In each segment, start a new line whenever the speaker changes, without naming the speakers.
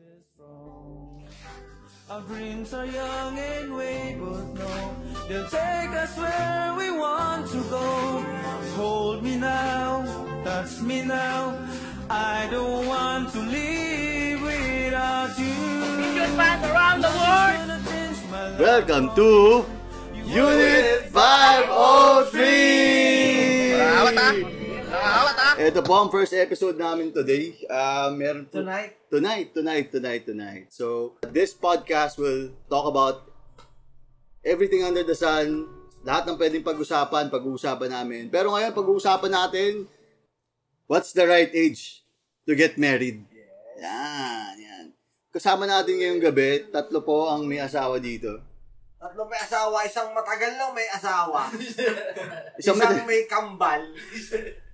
is wrong. Our dreams are young and we both know they'll take us where we want to go. Hold me now, touch me now. I don't want to live without you.
Good fans around the world!
Gonna change my life.
Welcome to Unit 503!
Nakakawat ah! Nakakawat ah!
Ito po ang first episode namin today. Ah, meron po
Tonight.
Tonight, tonight, tonight, tonight. So, this podcast will talk about everything under the sun, lahat ng pwedeng pag-usapan, pag-uusapan namin. Pero ngayon, pag-uusapan natin, what's the right age to get married? Yan, yan. Kasama natin ngayong gabi, tatlo po ang may asawa dito.
Tatlo may asawa, isang matagal lang may asawa.
Isang
isang,
mata-
may kambal.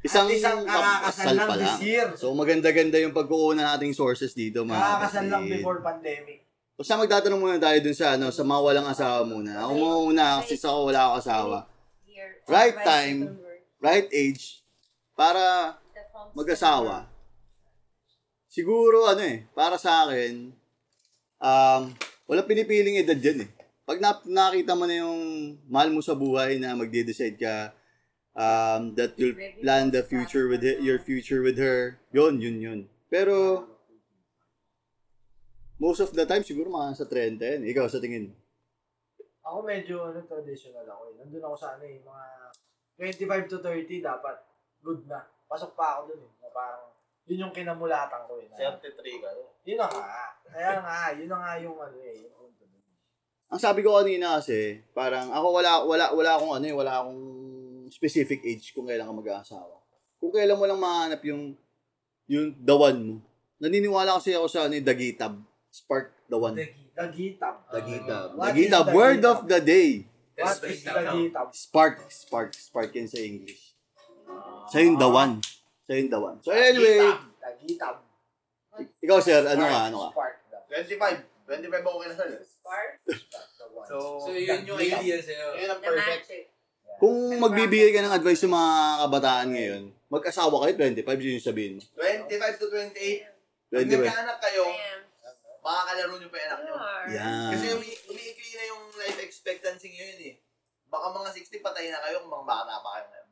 Isang,
at isang
kakasal
kakakasal lang
pa
this
lang.
year.
So maganda-ganda yung pagkukunan nating sources dito mga
Kakakasal lang
kapatid.
before pandemic.
Basta magtatanong muna tayo dun sa ano, sa mga walang asawa muna. Ako muna una kasi sa ako wala akong asawa.
year.
Right
Advice
time.
from work.
Right age para
That comes
mag-asawa. Siguro ano eh, para sa akin um walang pinipiling edad dyan eh. Pag nap- nakita mo na yung mahal mo sa buhay na magde-decide ka um, that you'll plan the future with he- your future with her, yun, yun, yun. Pero most of the time siguro mga sa 30 yan. Ikaw sa tingin?
Ako medyo ano, traditional ako eh. Nandun ako sa ano eh, mga 25 to 30 dapat good na. Pasok pa ako dun eh. Na parang, yun yung kinamulatan ko eh. Na,
73 ka.
yun na nga. Kaya nga, yun na nga yung ano eh. Yung punto dun.
Ang sabi ko kanina kasi, parang ako wala wala wala akong ano, eh, wala akong specific age kung kailan ka mag-aasawa. Kung kailan mo lang mahanap yung yung dawan mo. Naniniwala kasi ako sa ano, eh, dagitab, spark dawan.
Dagitab.
Dagitab.
What is
Dagitab word of the day.
What is dagitab?
Spark, spark, spark yan sa English. Sa yung dawan. Sa yung dawan. So anyway,
Dagitab.
ikaw sir, ano ka, ano ka?
Spark daw.
25. 25 ako kinasal. eh.
Spark
So,
So,
yun yung idea
Yun ang
the
perfect.
magic.
Kung magbibigay ka ng advice sa mga kabataan ngayon, mag-asawa kayo 25, yun yung sabihin mo.
25 to 28. Pag
25.
nagkaanak kayo,
Damn.
makakalaro nyo pa yung anak nyo.
Sure.
Yan.
Kasi umi- umiikli na yung life expectancy ngayon eh. Baka mga 60 patay na kayo kung mga bata pa kayo ngayon.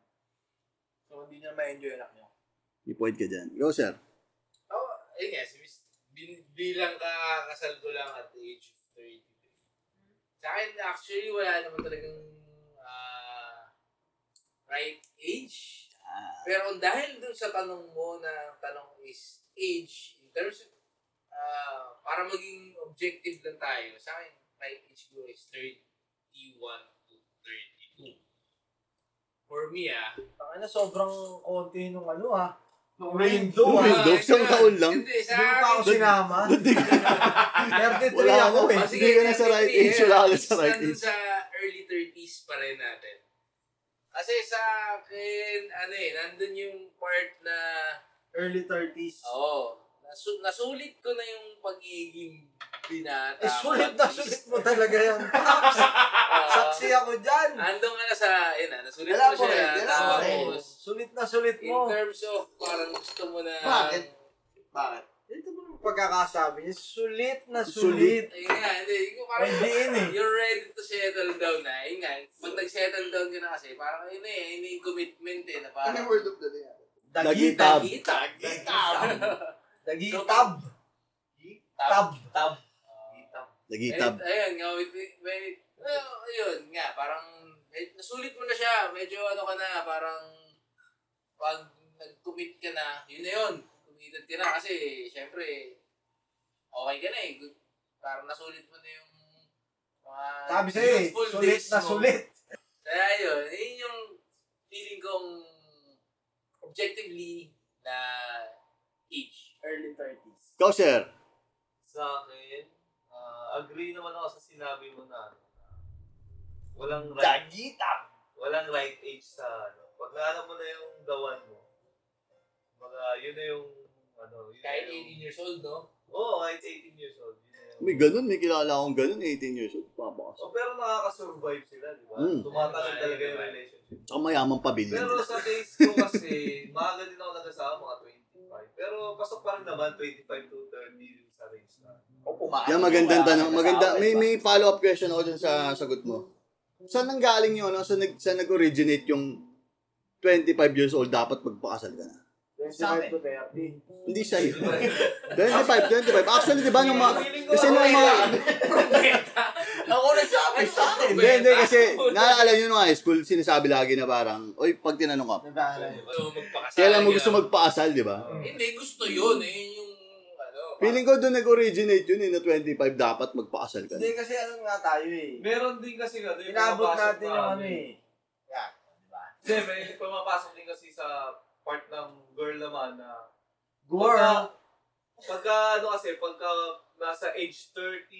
So, hindi nyo na ma-enjoy yung anak nyo.
May point ka dyan. Ikaw, sir.
Oh, ayun nga, si Miss, bin, bilang kakasal ko lang at the age of 33. Sa akin, actually, wala naman talagang ah, right age. Pero dahil dun sa tanong mo na tanong is age, in terms of, ah, para maging objective lang tayo, sa akin, right age ko is 31 to 32. For me, ah,
Ang ano, sobrang konti nung ano ha. Nung
Nung
window
Ah,
ha.
window? Oh, Isang
ayun na.
taon lang?
Hindi, sa
Doon pa ako
akin,
sinama. 33
Wala
ako
ako.
eh.
Oh,
Hindi ka na sa right age, wala ka na sa right
Nandun
age.
sa early 30s pa rin natin. Kasi sa akin, ano eh, nandun yung part na,
Early 30s.
oo, nasu- nasulit ko na yung pagiging binata.
eh, sulit na
At
sulit
least,
mo talaga yan.
ah,
Saksi ako dyan. eh.
Andun ka na sa, yun na, nasulit
ano
ko na
Elaborate,
siya.
elaborate.
Tapos,
Sulit na sulit
in
mo.
terms of, parang gusto mo na,
Bakit? Bakit?
Ito mo yung pagkakasabi niya. Sulit na sulit.
Ayun nga, hindi. Yung parang,
Ready in eh.
you're ready to settle down na. Ayun nga, pag nag-settle down ka na kasi, parang yun eh, yun yung commitment eh,
Ano
na
yung
parang,
word of the day?
Dagita.
Tab.
Dagita.
Dagitab. Tab. Tab.
Nagitab.
And, ayun, nga, with, when it, well, ayun nga, parang, eh, nasulit mo na siya, medyo ano ka na, parang, pag nag-commit ka na, yun na yun, committed ka na, kasi, syempre, okay ka na eh, Good- parang nasulit mo na yung, mga
Sabi sa'yo eh.
youthful
Sulit
days
na
mo.
sulit.
Kaya yun, yun yung feeling kong objectively na age.
Early 30s.
Ikaw, sir.
sa akin, ah, agree naman ako sa sinabi mo na ah, walang right,
Dagita!
walang right age sa ano. Pag naano mo na yung gawan mo, baga yun na yung ano, yun
Kahit
na yung,
18 years old, no?
Oo, kahit 18 years old. Yun na yung,
May ganun. May kilala akong ganun. 18 years old. Pabakas.
Oh, pero nakaka-survive sila, di ba?
Mm.
Tumatagal
Ay,
talaga yung
diba?
relationship.
Saka mayamang pabili.
Pero sa case ko kasi, maaga din ako nag-asawa, mga 25. Pero pasok pa rin naman 25 to 30 sa range na.
O pumakas.
Yan, magandang tanong. Maganda, may, may follow-up question ako dyan sa sagot mo. Saan nang galing yun? No? Saan, nag, saan nag-originate yung 25 years old dapat magpakasal ka na?
25 to 30.
Hindi siya yun. 25, 25. Actually, di ba, nung mga... Kasi nung mga...
Ako nagsabi sa akin.
Hindi, hindi, kasi naalala nyo nung high school, sinasabi lagi na parang, oy, pag tinanong ka,
Nag-aaral.
So, magpakasal.
kailan mo gusto
ka.
magpakasal, di ba?
Hindi, gusto yun. Eh, yun yung, ano.
Feeling ko doon nag-originate yun eh, na 25 dapat magpakasal ka.
Hindi kasi ano nga tayo eh.
Meron din kasi ano, yung
Inabot
pumapasok
natin
na
yung
ano
ano eh. Yan. Diba?
Hindi, may pumapasok din kasi sa part ng girl naman na
Girl.
Pagka, pagka ano kasi, pagka nasa age 30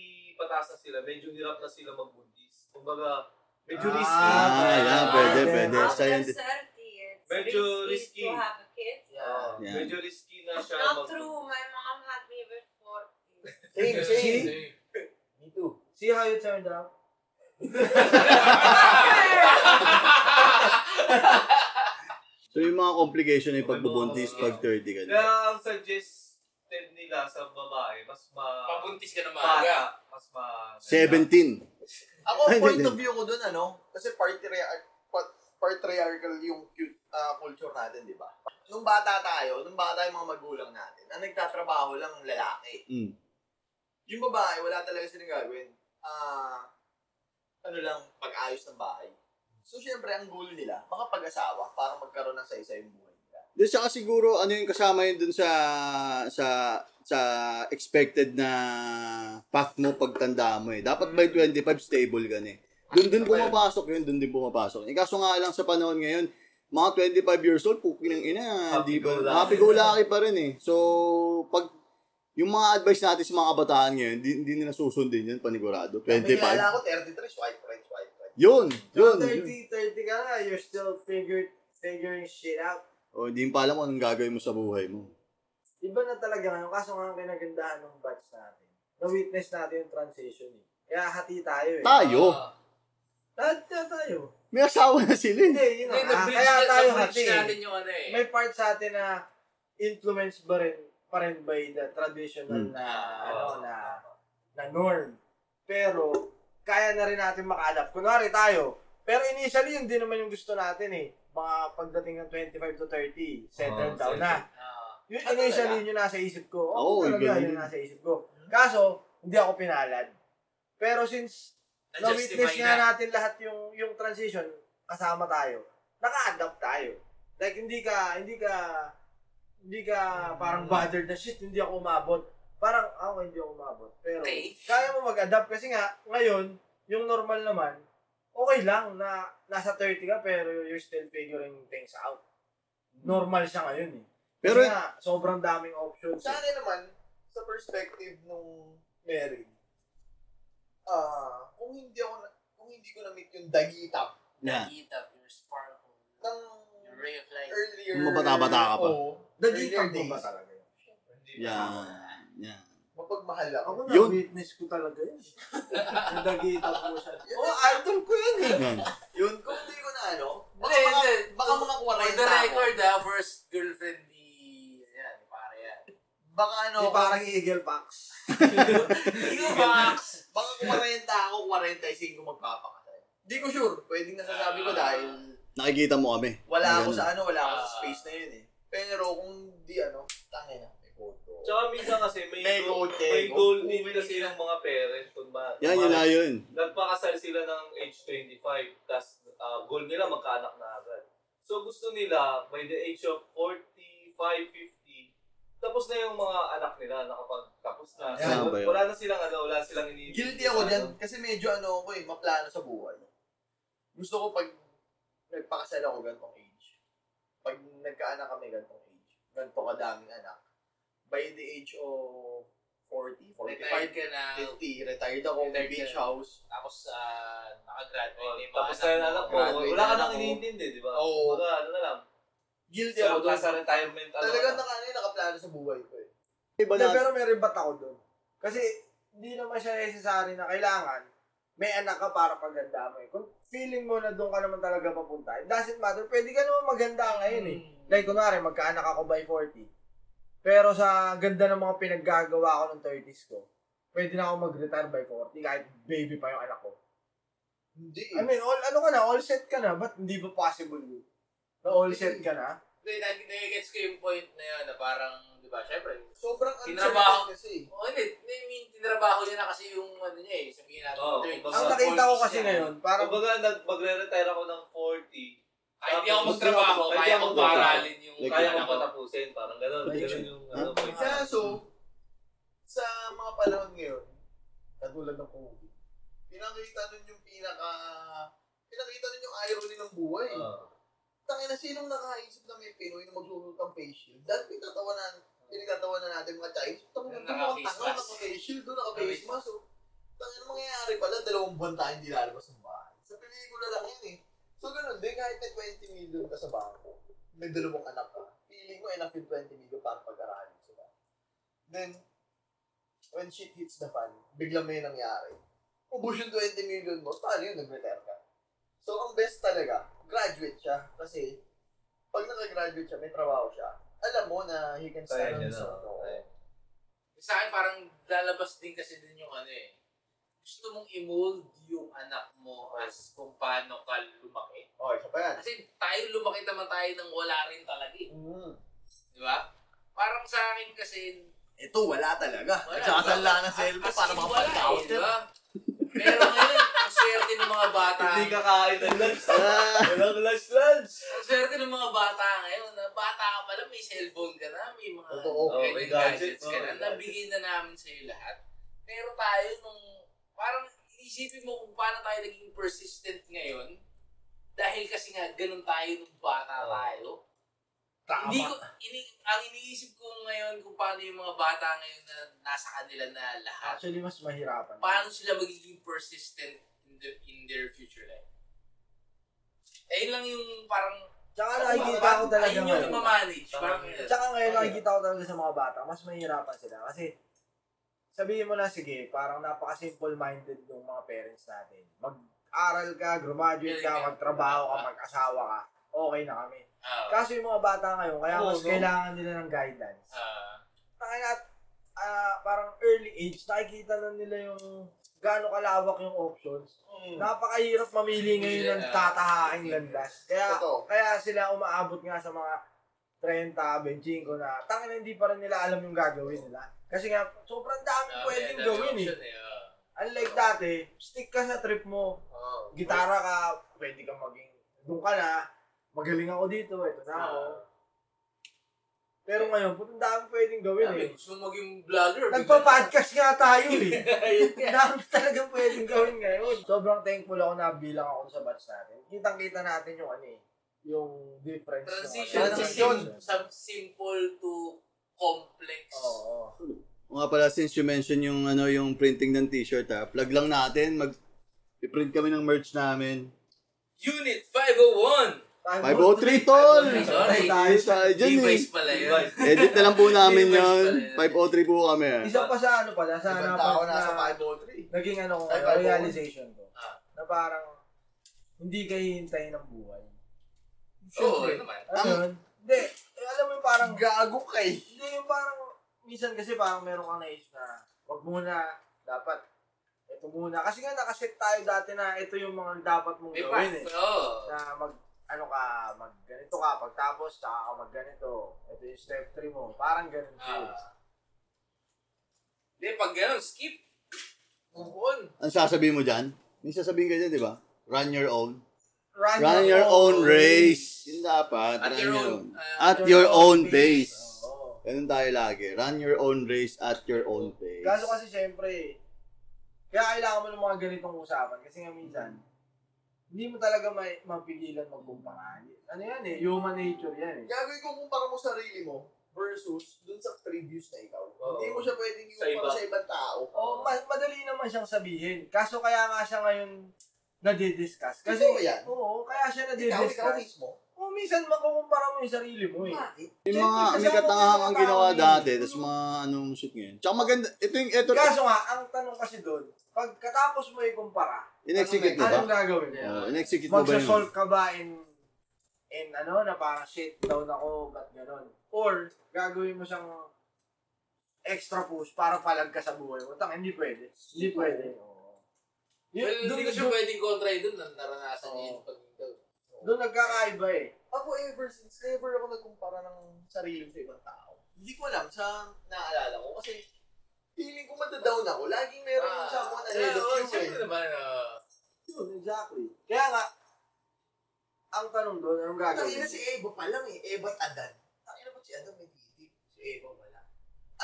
pataas na sila, medyo hirap na sila magbuntis. Kumbaga, medyo
Ah,
risky.
Ah, yeah, pwede, pwede.
After
Science.
30, it's
Medyo risky.
risky to have a kid.
Yan.
Oo,
Yeah.
Medyo risky na siya
Not
mag-
true. My mom had me with 40.
Same, same. Me too. See how you turned out?
So yung mga complication na yung pagbubuntis pag 30 ka na.
Kaya ang suggested nila sa babae, mas ma...
Pabuntis ka na maaga.
Bata, mas ma...
17.
Ako,
Ay, hindi,
point
hindi.
of view ko dun, ano, kasi patriar- pat- patriarchal yung cute ah, culture natin, di ba? Nung bata tayo, nung bata yung mga magulang natin, ang nagtatrabaho lang ang lalaki.
Mm.
Yung babae, wala talaga silang gagawin. Ah, ano lang, pag-ayos ng bahay. So, syempre, ang goal nila, makapag-asawa para magkaroon ng sa-isa yung buhay nila.
Doon saka siguro ano yung kasama yun dun sa sa sa expected na path mo pagtanda mo eh. Dapat by 25 stable ka na eh. Doon din pumapasok yun, doon din pumapasok. Eh kaso nga lang sa panahon ngayon, mga 25 years old, pukin ng ina.
Happy
Happy
go
go
lucky.
Happy go lucky pa rin eh. So, pag yung mga advice natin sa mga kabataan ngayon, hindi, hindi nila susundin yun, panigurado.
May
25.
kilala ko, 33, swipe right, swipe right.
Yun, yun.
Yun, 30, 30 ka nga, you're still figured, figuring shit out.
O, hindi pa alam kung anong gagawin Oh, mo sa buhay mo.
Iba na talaga ngayon, kaso nga ang kinagandahan ng batch natin. Na-witness natin yung transition eh. Kaya hati tayo eh.
Tayo.
Ah.
Lahat na tayo.
May asawa na sila eh.
Hindi, yun na.
Hindi,
Ah,
na-bridge
Kaya
na-
tayo
na-bridge
hati.
natin yung ano eh.
May part sa atin na influenced ba rin, pa rin by the traditional
Hmm.
na, ano, na, na norm. Pero, kaya na rin natin maka-adapt. Kunwari tayo, pero initially, yun din naman yung gusto natin eh. Mga pagdating ng 25 to 30, settle
Oh,
down
settle.
na.
Ah.
Yun initially yun yung nasa isip
Oo,
ko. Oo, talaga
ganun
yun
yun.
yung nasa isip ko. Kaso, hindi ako pinalad. Pero since na-witness
Na-justify
nga
na.
natin lahat yung yung transition, kasama tayo, naka-adapt tayo. Like, hindi ka, hindi ka, hindi ka
Mm.
parang bothered na shit, hindi ako umabot. Parang, ah, okay, hindi ako umabot. Pero,
Okay.
kaya mo mag-adapt kasi nga, ngayon, yung normal naman, okay lang na nasa 30 ka pero you're still figuring things out. Normal siya ngayon eh.
Pero-
Pero nga, sobrang daming options. eh.
Sa akin naman, sa perspective nung Mary, ah, kung hindi ako na, kung hindi ko na-meet yung dagitap
Yeah.
Nakita, your sparkle,
ng
your ray of light.
earlier...
Nung mabata-bata ka pa.
Oo.
Nagitang mo
earlier
ba
days.
talaga yun?
Yeah. Yeah.
Mapagmahal ako.
Ako na,
Yun.
witness ko talaga yun. Yung nagitang mo siya.
Yun,
Oh, idol ko yun eh.
Yan.
yun, kung hindi ko na ano, baka,
Hindi,
mga,
hindi.
baka mga
For
40
the
ako.
record, ah, first girlfriend ni, ayan, ni pare yan.
Baka ano,
Di parang eagle box.
Ewoks!
baka kung 40 ako, 45 magpapakasal. Hindi ko sure. Ah. Pwedeng nasasabi ko dahil
Nakikita mo kami.
wala ako
Ganun.
sa ano, wala ako sa
Ah.
space na yun eh. Pero kung di ano, tangin na, may photo.
Tsaka minsan kasi may,
May goal,
goal, may
eh.
goal
Goal
din
eh.
kasi ng mga parents. Kung ba,
Yan, yun na yun.
Nagpakasal sila ng age 25, tapos goal nila magkaanak na agad. So gusto nila, by the age of 45, 50, tapos na yung mga anak nila, nakapagtapos na.
Yan
So,
ba yun?
wala na silang ano, wala silang iniisip.
Guilty ako dyan kasi medyo ano ako eh, maplano sa buhay. Gusto ko pag nagpakasal ako gantong age, pag nagkaanak kami gantong age, ganito kadaming anak, by the age of 40,
Retired
45,
ka na,
50, retired ako, may
Retired
beach
ka.
house.
tapos ah,
Oh,
nakagraduate. na yung mga
tapos na yung anak mo,
graduate
wala ka
na
nang
ako.
iniintindi, di ba?
Oo.
Kumbaga, ano na lang.
Guilty
So,
ako doon.
nasa retirement, ano
Talaga
na.
naka, ano, yun, nakaplano sa buhay ko eh.
Iba
Hindi,
na.
pero may ribat ako doon. Kasi, hindi naman siya necessary na kailangan may anak ka para maganda mo eh. Kung feeling mo na doon ka naman talaga
Hmm.
papunta, it doesn't matter. Pwede ka naman maganda ngayon eh. Like, kunwari, magkaanak ako by 40. Pero sa ganda ng mga pinaggagawa ko ng 30s ko, pwede na ako mag-retire by 40 kahit baby pa yung anak ko.
Hindi.
I mean, all, ano ka na, all set ka na, ba't hindi ba possible yun? Na all set ka na?
Hindi, nag- nagigets ko yung point na yun na parang, di ba, syempre,
Sobrang
Tinrabaho.
uncertain kasi.
oh, hindi, I mean, tinrabaho niya na kasi yung ano niya eh, sabihin natin,
Oo,
thirty.
kumbaga,
Ang nakita ko kasi
Siya.
ngayon, parang
Kumbaga, nag- magre-retire ako ng 40,
Kahit di ako
Tapos,
magtrabaho,
kahit di
kaya
ako
ko
magtrabaho. ano
paaralin yung
Like,
kaya
kaya
ko
ko.
patapusin, parang gano'n. Gano'n yung ano, point.
Kaso, sa mga panahon ngayon, katulad ng COVID, pinakita nun yung pinaka, pinakita nun yung irony ng buhay.
Ah.
Tangin na sinong nakaisip na may Pinoy na magsusunod ng face shield? Dahil pinatawanan, pinagtatawanan natin mga Chinese. Tangin na
Naka-face
mga tanga,
mask.
naka-face shield, doon naka-face mask. So, tangin na mangyayari pala, dalawang buwan tayo hindi lalabas ng bahay. Sa pelikula lang yun eh. So, ganun din, kahit na 20 million ka sa bangko, may dalawang anak ka, feeling mo enough yung 20 million para pag-aralin sila. Then, when shit hits the fan, biglang may nangyari. Ubus yung 20 million mo, paano yun, nag-retire ka? So, ang best talaga, graduate siya. Kasi, pag nakagraduate siya, may trabaho siya. Alam mo na he can
Kaya
stand on
niya
his
na.
own.
Kaya.
Sa akin, parang lalabas din kasi din yung ano eh. Gusto mong i-mold yung anak mo as kung paano ka lumaki.
Okay, siya pa yan.
Kasi tayo lumaki naman tayo nang wala rin talaga eh.
Mm.
Di ba? Parang sa akin kasi,
Ito, wala talaga.
Wala,
Nagsasala
wala.
ng cellphone
As-
para
as in, wala eh, di
makapag-counter.
ba? Pero ngayon, ang swerte ng mga bata.
Hindi kakain ng lunch.
Ah.
Walang lunch lunch.
Ang swerte ng mga bata ngayon, na bata ka pala, may cellphone ka na, may mga
Totoo.
Oh,
ganyan
may gadgets,
gadgets ka
oh,
na,
may
nabigay na namin sa'yo lahat. Pero tayo nung, parang isipin mo kung paano tayo naging persistent ngayon, dahil kasi nga, ganun tayo nung bata
Oh.
tayo. Hindi ko, ini, ang iniisip ko ngayon kung paano yung mga bata ngayon na nasa kanila na lahat
actually mas mahirapan.
paano sila magiging persistent in, the, in their future life. Eh, yun lang yung parang...
Tsaka nakikita ko talaga
Ayun yung
ngayon.
mamanage.
Tama.
Parang,
Tsaka ngayon nakikita ko talaga sa mga bata, mas mahirapan sila kasi sabihin mo na sige, parang napaka-simple-minded ng mga parents natin. Mag-aral ka, graduate ka, magtrabaho ka, mag-asawa ka, okay na kami.
Ah,
Kaso yung mga bata ngayon, kaya
Oh,
Oo,
mas
no?
kailangan nila ng guidance.
ah,
Kaya ah, parang early age, nakikita na nila yung gaano kalawak yung options. Napakahirap mamili ngayon ng tatahaking landas. Kaya
Totoo.
kaya sila umaabot nga sa mga 30, 25 na tangin na hindi pa rin nila alam yung gagawin nila. Kasi nga, sobrang dami
ah,
pwedeng
may
gawin eh.
option ah.
Unlike dati, stick ka sa trip mo,
Oh.
gitara ka, pwede kang maging, doon ka na, magaling ako dito, ito na ako. Pero ngayon, putang dami pwedeng gawin
Sabi,
eh.
gusto mo maging vlogger. bigla-
Nagpa-podcast nga tayo eh.
Ayun nga.
Ang dami talagang pwedeng gawin ngayon. Sobrang thankful ako na bilang ako sa batch natin. Kitang-kita natin yung ano eh, yung difference. ng ano.
Transition.
Transition.
From simple to complex.
Oo.
O nga pala, since you mentioned yung, ano, yung printing ng t-shirt, ha, plug lang natin. Mag, i-print kami ng merch namin.
Unit 501!
503, tol!
Sorry.
Tayo tayo dyan, eh.
Device pala yun.
Edit na lang po namin
Device
yun.
pala yun.
503 po kami. ah. ha.
Isa pa sa ano pala, sa
Ibang
na,
tao
na,
nasa 503.
naging ano ko, ngayon,
Ay, five oh one.
realization ko.
Ah.
Na parang, hindi kayo hihintay ng buhay.
Oo, yun naman.
Ano yun? Hindi, eh, alam mo yung parang,
Gago
eh.
kay.
hindi yung parang, minsan kasi parang meron kang naisip na, wag muna, dapat, ito muna. Kasi nga nakaset tayo dati na ito yung mga dapat mong
May
gawin
path.
eh.
Oo.
na mag ano ka, mag ganito ka, pagtapos, tsaka ka mag ganito. Ito yung step 3 mo. Parang ganun siya.
Ah. Hindi, pag ganun, skip. Move on.
Ang sasabihin mo dyan? May sasabihin ka dyan, di ba? Run your own.
Run,
Run your own race. Yun dapat.
At
Run
your own,
At,
uh,
your own pace.
Oo.
Ganun tayo lagi. Run your own race at your own pace.
Kaso kasi syempre, kaya kailangan mo ng mga ganitong usapan. Kasi nga minsan, hindi mo talaga may, mapigilan magkumpara. Ano yan eh, human nature yan eh.
Gagawin ko kumpara mo sarili mo versus dun sa previous na ikaw.
Oo.
Hindi mo siya pwedeng ikumpara
Sa iba.
sa, ibang tao.
O, ma- madali naman siyang sabihin. Kaso kaya nga siya ngayon nadidiscuss. Kasi,
Totoo yan.
oo, kaya siya
Ikaw, ikaw
nadidiscuss.
mismo.
O, minsan makukumpara mo yung sarili mo eh.
Yung mga may katangahang ginawa dati, tapos mga anong shit ngayon. Tsaka maganda, ito yung, ito,
Kaso nga, ang tanong kasi doon, pagkatapos mo ikumpara,
in-execute mo ba?
anong gagawin mo?
Oo, in-execute mo ba yun?
Ano Magsasolve ka ba in, in ano, na parang shit, down ako, ba't ganun? Or, gagawin mo siyang extra push para palagka sa buhay mo. Tang, hindi pwede. Hindi pwede. Yun,
Well,
doon,
hindi ko siya
doon,
pwedeng kontrahin doon. na- Naranasan niya yung pag-daw.
doon nagkakaiba eh.
Ako ever since, never ako nagkumpara ng sarili ko sa ibang tao. Hindi ko alam sa naalala ko kasi feeling ko madadown ako. Laging meron
Ah.
yung someone
yeah,
ahead of
oh,
you
Siyempre
eh.
naman, ah,
Yun, exactly. Kaya nga, ang tanong doon, anong gagawin?
Tangina si Eva pa lang eh. Eva at Adan. Tangina ba si Adan may titik? Si Eva wala.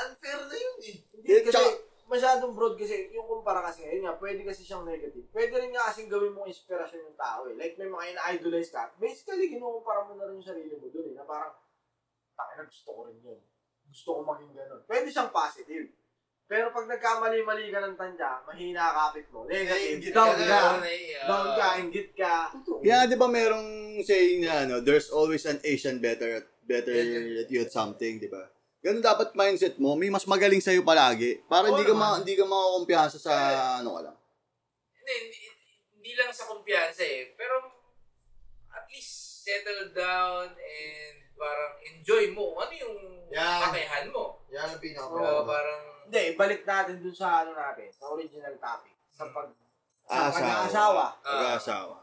Unfair na yun eh.
Hindi, kasi
Tsaka-
masyadong broad kasi yung kumpara kasi ngayon nga, pwede kasi siyang negative. Pwede rin nga kasing gawin mong inspirasyon yung tao eh. Like may mga ina-idolize ka, basically kinukumpara mo na rin yung sarili mo doon eh, na parang, takin na gusto ko rin yun. Gusto ko maging ganun. Pwede siyang positive. Pero pag nagkamali-mali ka ng tanda, mahina ka kapit mo. Negative, down
kaya
ka.
na eh, ah,
Down ka, inggit ka.
Kaya di ba merong saying na ano, there's always an Asian better at better at you at something, di ba? Ganun dapat mindset mo, may mas magaling sa'yo palagi. Para
Oo
hindi ka, ma-
naman. Eh,
hindi ka makakumpiyansa sa ano ka lang.
Hindi, hindi- hindi lang sa kumpiyansa eh. Pero at least settle down and parang enjoy mo. Ano yung
Yan.
kakayahan mo?
Yan ang pinaka.
Kaya parang
Hindi, balik natin dun sa ano natin, sa original topic. Sa pag Ah, sa
Aasawa.
pag-aasawa.
Pag-asawa.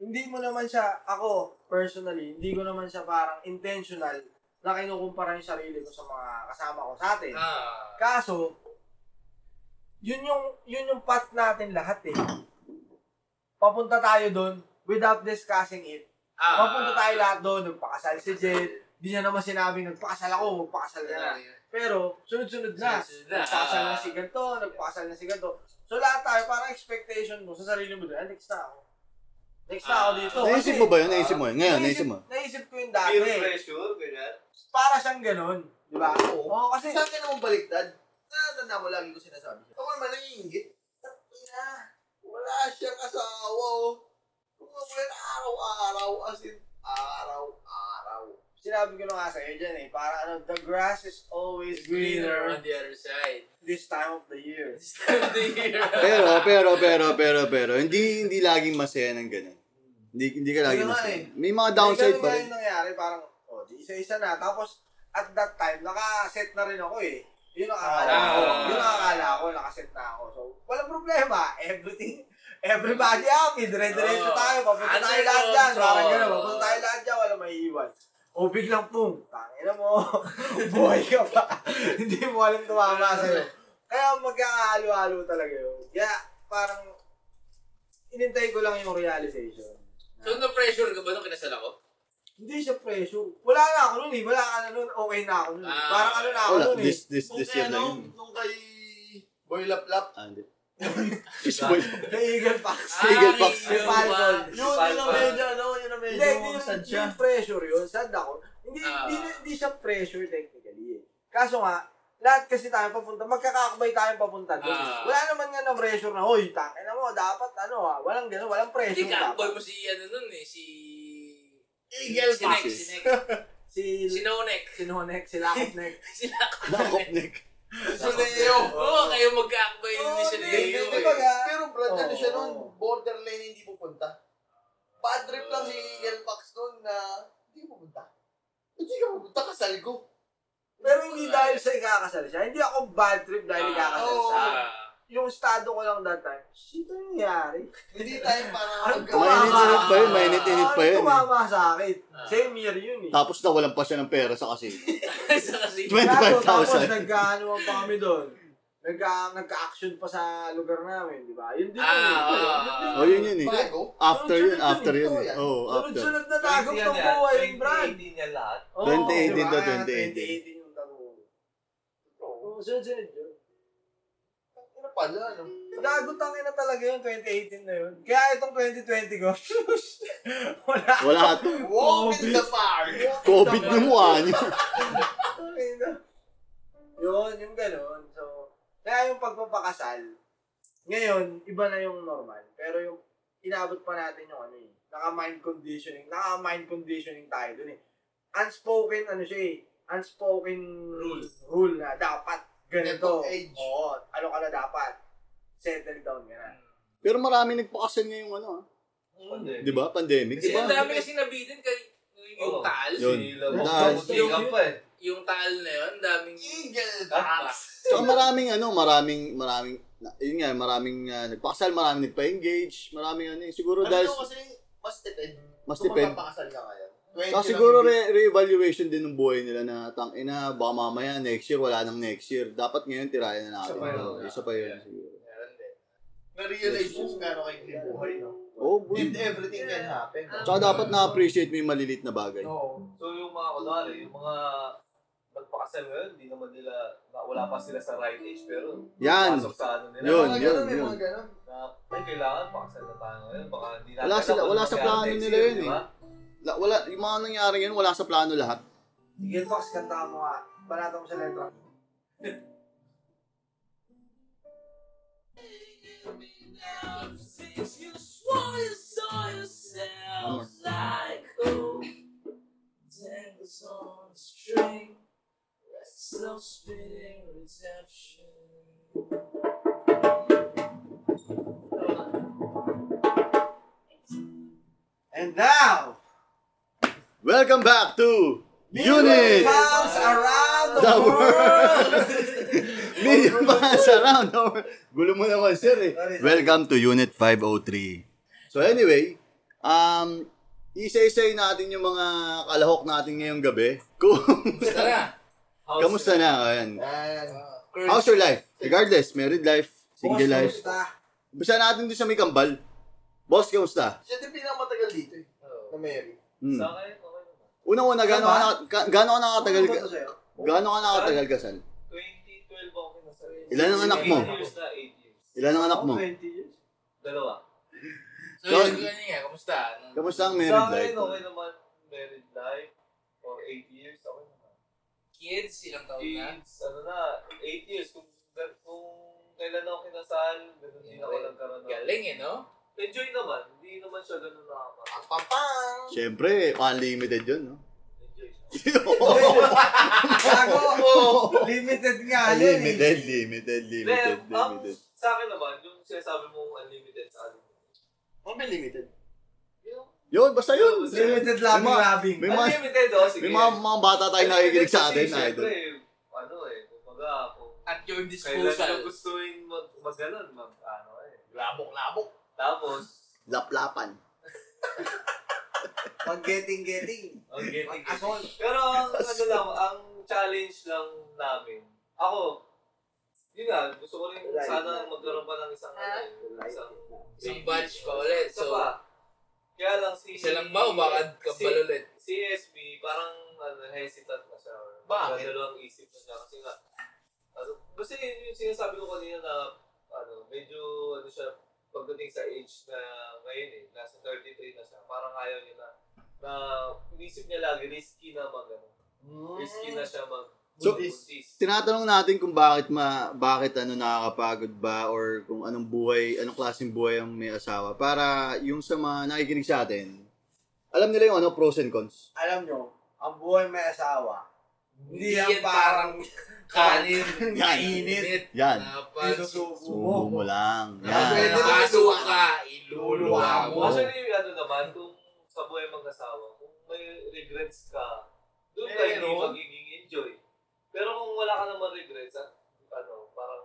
hindi mo naman siya, ako personally, hindi ko naman siya parang intentional na kinukumpara yung sarili ko sa mga kasama ko sa atin.
ah,
Kaso, yun yung, yun yung path natin lahat eh. Papunta tayo doon without discussing it.
ah,
Papunta tayo lahat doon, nagpakasal si Jet. Di niya naman sinabi, nagpakasal ako, magpakasal ka na. Pero, sunod-sunod na.
Sunod-sunod na. Ah.
Nagpakasal na si ganito, nagpakasal na si ganito. So lahat tayo, parang expectation mo sa sarili mo doon, "Ah, next na ako. Next na ako
Ah.
dito.
Naisip
Kasi-
mo ba yun? Naisip mo yun? Ngayon, naisip mo.
Naisip ko yung
Peer
dati.
pressure, ganyan.
Para siyang ganun. Di ba?
Oo.
Oo, kasi
Sa akin naman baliktad, natatanda mo lagi ko sinasabi siya. Ako naman nangiingit. Tangina, wala siyang asawa oh. Kung wala araw-araw, as in, araw-araw.
sinabi ko na nga sa'yo dyan eh. Para ano, the grass is always
It's greener
greener
on the other side.
this time of the year.
This time of the year.
Pero, pero, pero, pero, pero, hindi, hindi laging masaya ng ganun. Hindi, hindi ka laging
Hindi naman
masaya.
eh.
May mga downside
Ganun
pa
nga
rin.
yung nangyari, parang, oh, di isa-isa na. Tapos, at that time, nakaset na rin ako eh. Yun ang akala
Ah.
ko. Yun ang akala ko, nakaset na ako. So, walang problema. Everything, everybody happy. Dire-diretso
Oo.
tayo. Papunta
Under
tayo lahat dyan.
Oh. Ano control.
Parang gano'n, papunta tayo lahat dyan. Walang maiiwan. O biglang pum, tangina mo, buhay ka pa. Hindi mo alam tumama sa'yo. Kaya magkakahalo-halo talaga yun. Kaya parang inintay ko lang yung realization.
so, na-pressure ka ba nung kinasal ako?
Hindi siya presyo. Wala na ako nun eh. Wala ka na nun. Okay na ako nun. eh.
Ah.
Parang ano na ako
Wala,
nun eh.
this, this, this year na yun.
nung kay Boy Laplap,
Ah, hindi. Fish boy.
Kay Eagle Pax.
Eagle
Ah,
Fox.
Yung Falcon.
yun, yun ang medyo, ano, yun ang
Hindi, hindi
medyo
yung,
sad
hindi
siya.
yung pressure yun. Sad ako. Hindi,
Ah.
hindi, hindi siya pressure technically eh. Kaso nga, lahat kasi tayo papunta, magkakakabay tayong papunta doon.
Ah.
Wala naman nga na pressure na, hoy, tangin na mo, dapat ano ha, walang gano'n, walang pressure.
Hindi ka, boy
dapat."
mo si ano nun eh, si...
Eagle
si Nex,
Passes.
si Nex.
Si,
Si Nonek.
si Nonek, si Lakotnek.
Sila
Nakop, Nick.
Suneo.
Oo, kayo magkakabay
Oo,
ni
hindi,
Hindi,
Suneo
hindi,
eh.
baga.
Pero brad, ano siya
Oo.
nun, borderline hindi pupunta. Bad trip lang si Eagle Pax nun na hindi pupunta. Hindi ka pupunta, kasal ko.
Pero hindi dahil sa ikakasal siya. Hindi ako bad trip dahil
Ah,
ikakasal
oo.
siya.
Ah.
Yung estado ko lang that time, shit, ano nangyari?
Hindi tayo
Ang
parang
Mainit-init pa yun,
Ano
mainit-init pa yun. eh.
tumama sa akin?
Ah.
Same year yun eh.
Tapos nawalan pa siya ng pera sa kasi.
Sa kasi.
Gago, Tapos
25,000.
nagkaano pa kami doon. Nagka, nagka-action pa sa lugar namin, di ba? Yun din
Ah,
yun. eh.
ah,
Yun din
Oh, yun yun eh.
Bago?
After yun,
Sunod-sunod
after
yun,
yun.
ito
eh.
yan.
Oo, after.
Sunod-sunod na tagok ng buhay yung brand.
niya lahat.
Oo,
2018
di ba?
to
2018 yung tagok. Oo, sunod-sunod yun.
Ano pala, ano?
Gago tangin na talaga yun, 2018 na yun. Kaya itong 2020 ko, wala.
Wala to.
Walk in the park! Ano
COVID na mukha niya.
Ay, na. Yun, yung ganun. So, kaya yung pagpapakasal, ngayon, iba na yung normal. Pero yung inabot pa natin yung ano eh, naka-mind conditioning. Naka-mind conditioning tayo dun eh. Unspoken, ano siya eh, unspoken
Rule.
rule na dapat ganito.
Ganitong age.
Oo, ano ka na dapat. Settle down ka na.
Pero marami nagpakasal ngayong ano. ah.
eh.
Di ba? Pandemic.
Kasi
Di ba?
ang dami kasi nabitin kay yung
Oo.
taal.
Yun.
Sila
Dahil-
mo. Yung pa eh.
yung talo na yun, daming...
Eagle
Ah,
Tax.
Tsaka maraming ano, maraming, maraming, na- yun nga, maraming ah, nagpakasal, maraming nagpa-engage, maraming ano, eh. siguro
Alam
dahil,
mo kasi, mas tipid.
Mas
Kung
tipid.
magpapakasal ka ngayon.
saka siguro re- re-evaluation din ng buhay nila na tang ina, baka mamaya next year, wala nang next year. Dapat ngayon tirayan na natin.
Isa pa yun.
Oo, Isa pa yun.
Yeah.
siguro.
Meron din.
Na-realize mo kung gano'n kayo yung buhay, no?
Oo, oh,
And everything can happen. no?
Tsaka dapat na-appreciate mo yung malilit na bagay.
Oo.
So yung mga kunwari, yung mga nagpakasal ngayon, hindi naman nila, na- wala pa sila sa right age, pero
Yan.
pasok sa ano nila.
Yun,
Mga
yun,
ganun, may
yun.
mga ganun.
Na, ay, kailangan, pakasal na tayo ngayon. Baka hindi natin
Wala
alam
sila-
kung
wala
ano
sa
mangyari
plano
next
nila
year,
yun
di
eh.
ba?
La, wala, yung mga nangyari ngayon, wala sa plano lahat.
Sige, Fox, kanta mo nga. Banata mo sa letra.
Tama.
And now,
Welcome back to Unit!
comes around the,
The
world!
Million fans around the world. Gulo mo naman, sir eh.
Sorry, sorry.
Welcome to Unit 503. So anyway, um, isa-isay natin yung mga kalahok natin ngayong gabi. Kung,
Tara!
How's
kamusta na? Ayan.
Ayan.
How's your life? Regardless, married life, single
Boss,
life.
kumusta?
Umpisa natin doon sa may kambal. Boss, kamusta?
Siya din pinakamatagal dito eh,
Oo.
na Mary.
Sa
Hmm.
akin, okay naman.
Unang-una, gano'n ka, ka, gaano ka nakatagal
Ano
ka?
ba to sa'yo?
Gano'n ka nakatagal kasal?
2012 ako kinasal.
Ilan ang anak mo?
8 years na, 8 years.
Ilan ang anak mo?
Dalawa.
So, yun, yun nga, kamusta? Anong-
Kamusta ang
Sa
married
akin,
life?
okay naman married life for 8 years. Okay naman.
Kids, ilang taon na?
Kids, ano na, 8 years. Kung, kung kailan ako kinasal, ganun din ako nagkaroon ng...
Galing eh, no?
Enjoy naman. Hindi naman siya ganun nakaka.
Pampang!
Siyempre, unlimited yun, no?
Enjoy siya.
Gago!
oh.
Limited nga yun eh.
limited, limited, limited,
Then, um,
limited.
sa akin naman, yung sinasabi mong unlimited sa akin.
Ano ba limited?
Yung,
Yun, basta yun.
Limited
May mga-
labing-labing.
May mga,
unlimited, oh, sige.
may mga, mga bata tayong nakikinig sa atin,
na
idol.
ano eh, kumbaga, kung
At your
kailan ka
disposal.
gustuin mag, mag ganun, mag ano eh.
Labok-labok.
Tapos,
Laplapan.
Pag getting-getting.
ang getting
Asol.
Pero ang ano lang, ang challenge lang namin, ako, yun nga, gusto ko rin
Right.
sana magkaroon pa ng isang,
Ah.
ano, isang,
Isang batch pa ulit,
Isa
so-
pa. Kaya lang si...
Isa lang ba, umakad ka
si-
ba ulit?
Si SB, parang ano, hesitant na siya. or
Bakit?
Magdalawang isip na siya kasi nga, ano, basta yun yung sinasabi ko kanina na, ano, medyo, ano siya, pagdating sa age na ngayon eh, nasa 33 na siya, parang ayaw niya na, na inisip niya lagi, risky na mag, ano, risky na siya mag,
So,
buntis.
Tinatanong natin kung bakit ma bakit ano nakakapagod ba or kung anong buhay, anong klaseng buhay ang may asawa para yung sa mga nakikinig sa atin, alam nila yung ano pros and cons.
Alam nyo, ang buhay may asawa, hindi
Hindi
yan
yan
parang
Kanin,
Yan.
init,
Yan.
na pag...
Subo
isusubo mo.
mo lang.
Pwede
Yan.
Pwede
na
na-
kaso ka, iluluwa mo.
Actually, ano naman, kung sa buhay mag-asawa, kung may regrets ka, doon ka hindi
Meron.
magiging enjoy. Pero kung wala ka naman regrets, at, ano, parang,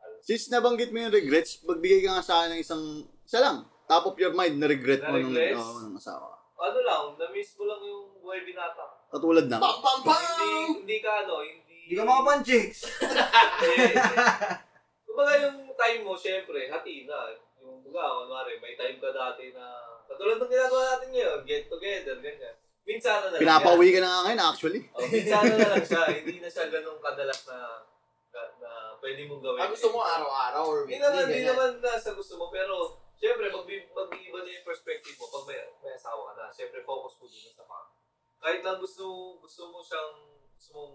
ano,
Since nabanggit mo yung regrets, magbigay ka nga sa akin ng isang isa lang. Top of your mind na regret mo nung,
Na-regrets?
oo, nung asawa.
ano lang, na-miss mo lang yung buhay binata.
Katulad na.
Hindi, hindi ka ano, hindi...
Hindi ka makapanchicks.
Hindi. Kumbaga yung time mo, syempre, hati na. Yung kumbaga, kunwari, may time ka dati na... Katulad ng ginagawa natin ngayon, get together, ganyan. Minsan ano na lang.
Pinapawi ka na nga ngayon actually.
Oh, minsan na lang siya, hindi na siya ganun kadalas na, na, na pwede mong gawin.
Ah, gusto mo araw-araw or
Hindi naman, hindi
ganyan.
naman na sa gusto mo, pero syempre, mag mag-iiba na yung perspective mo pag may, may asawa ka na. Syempre, focus mo dun sa family. Kahit lang gusto, gusto mo siyang, gusto mong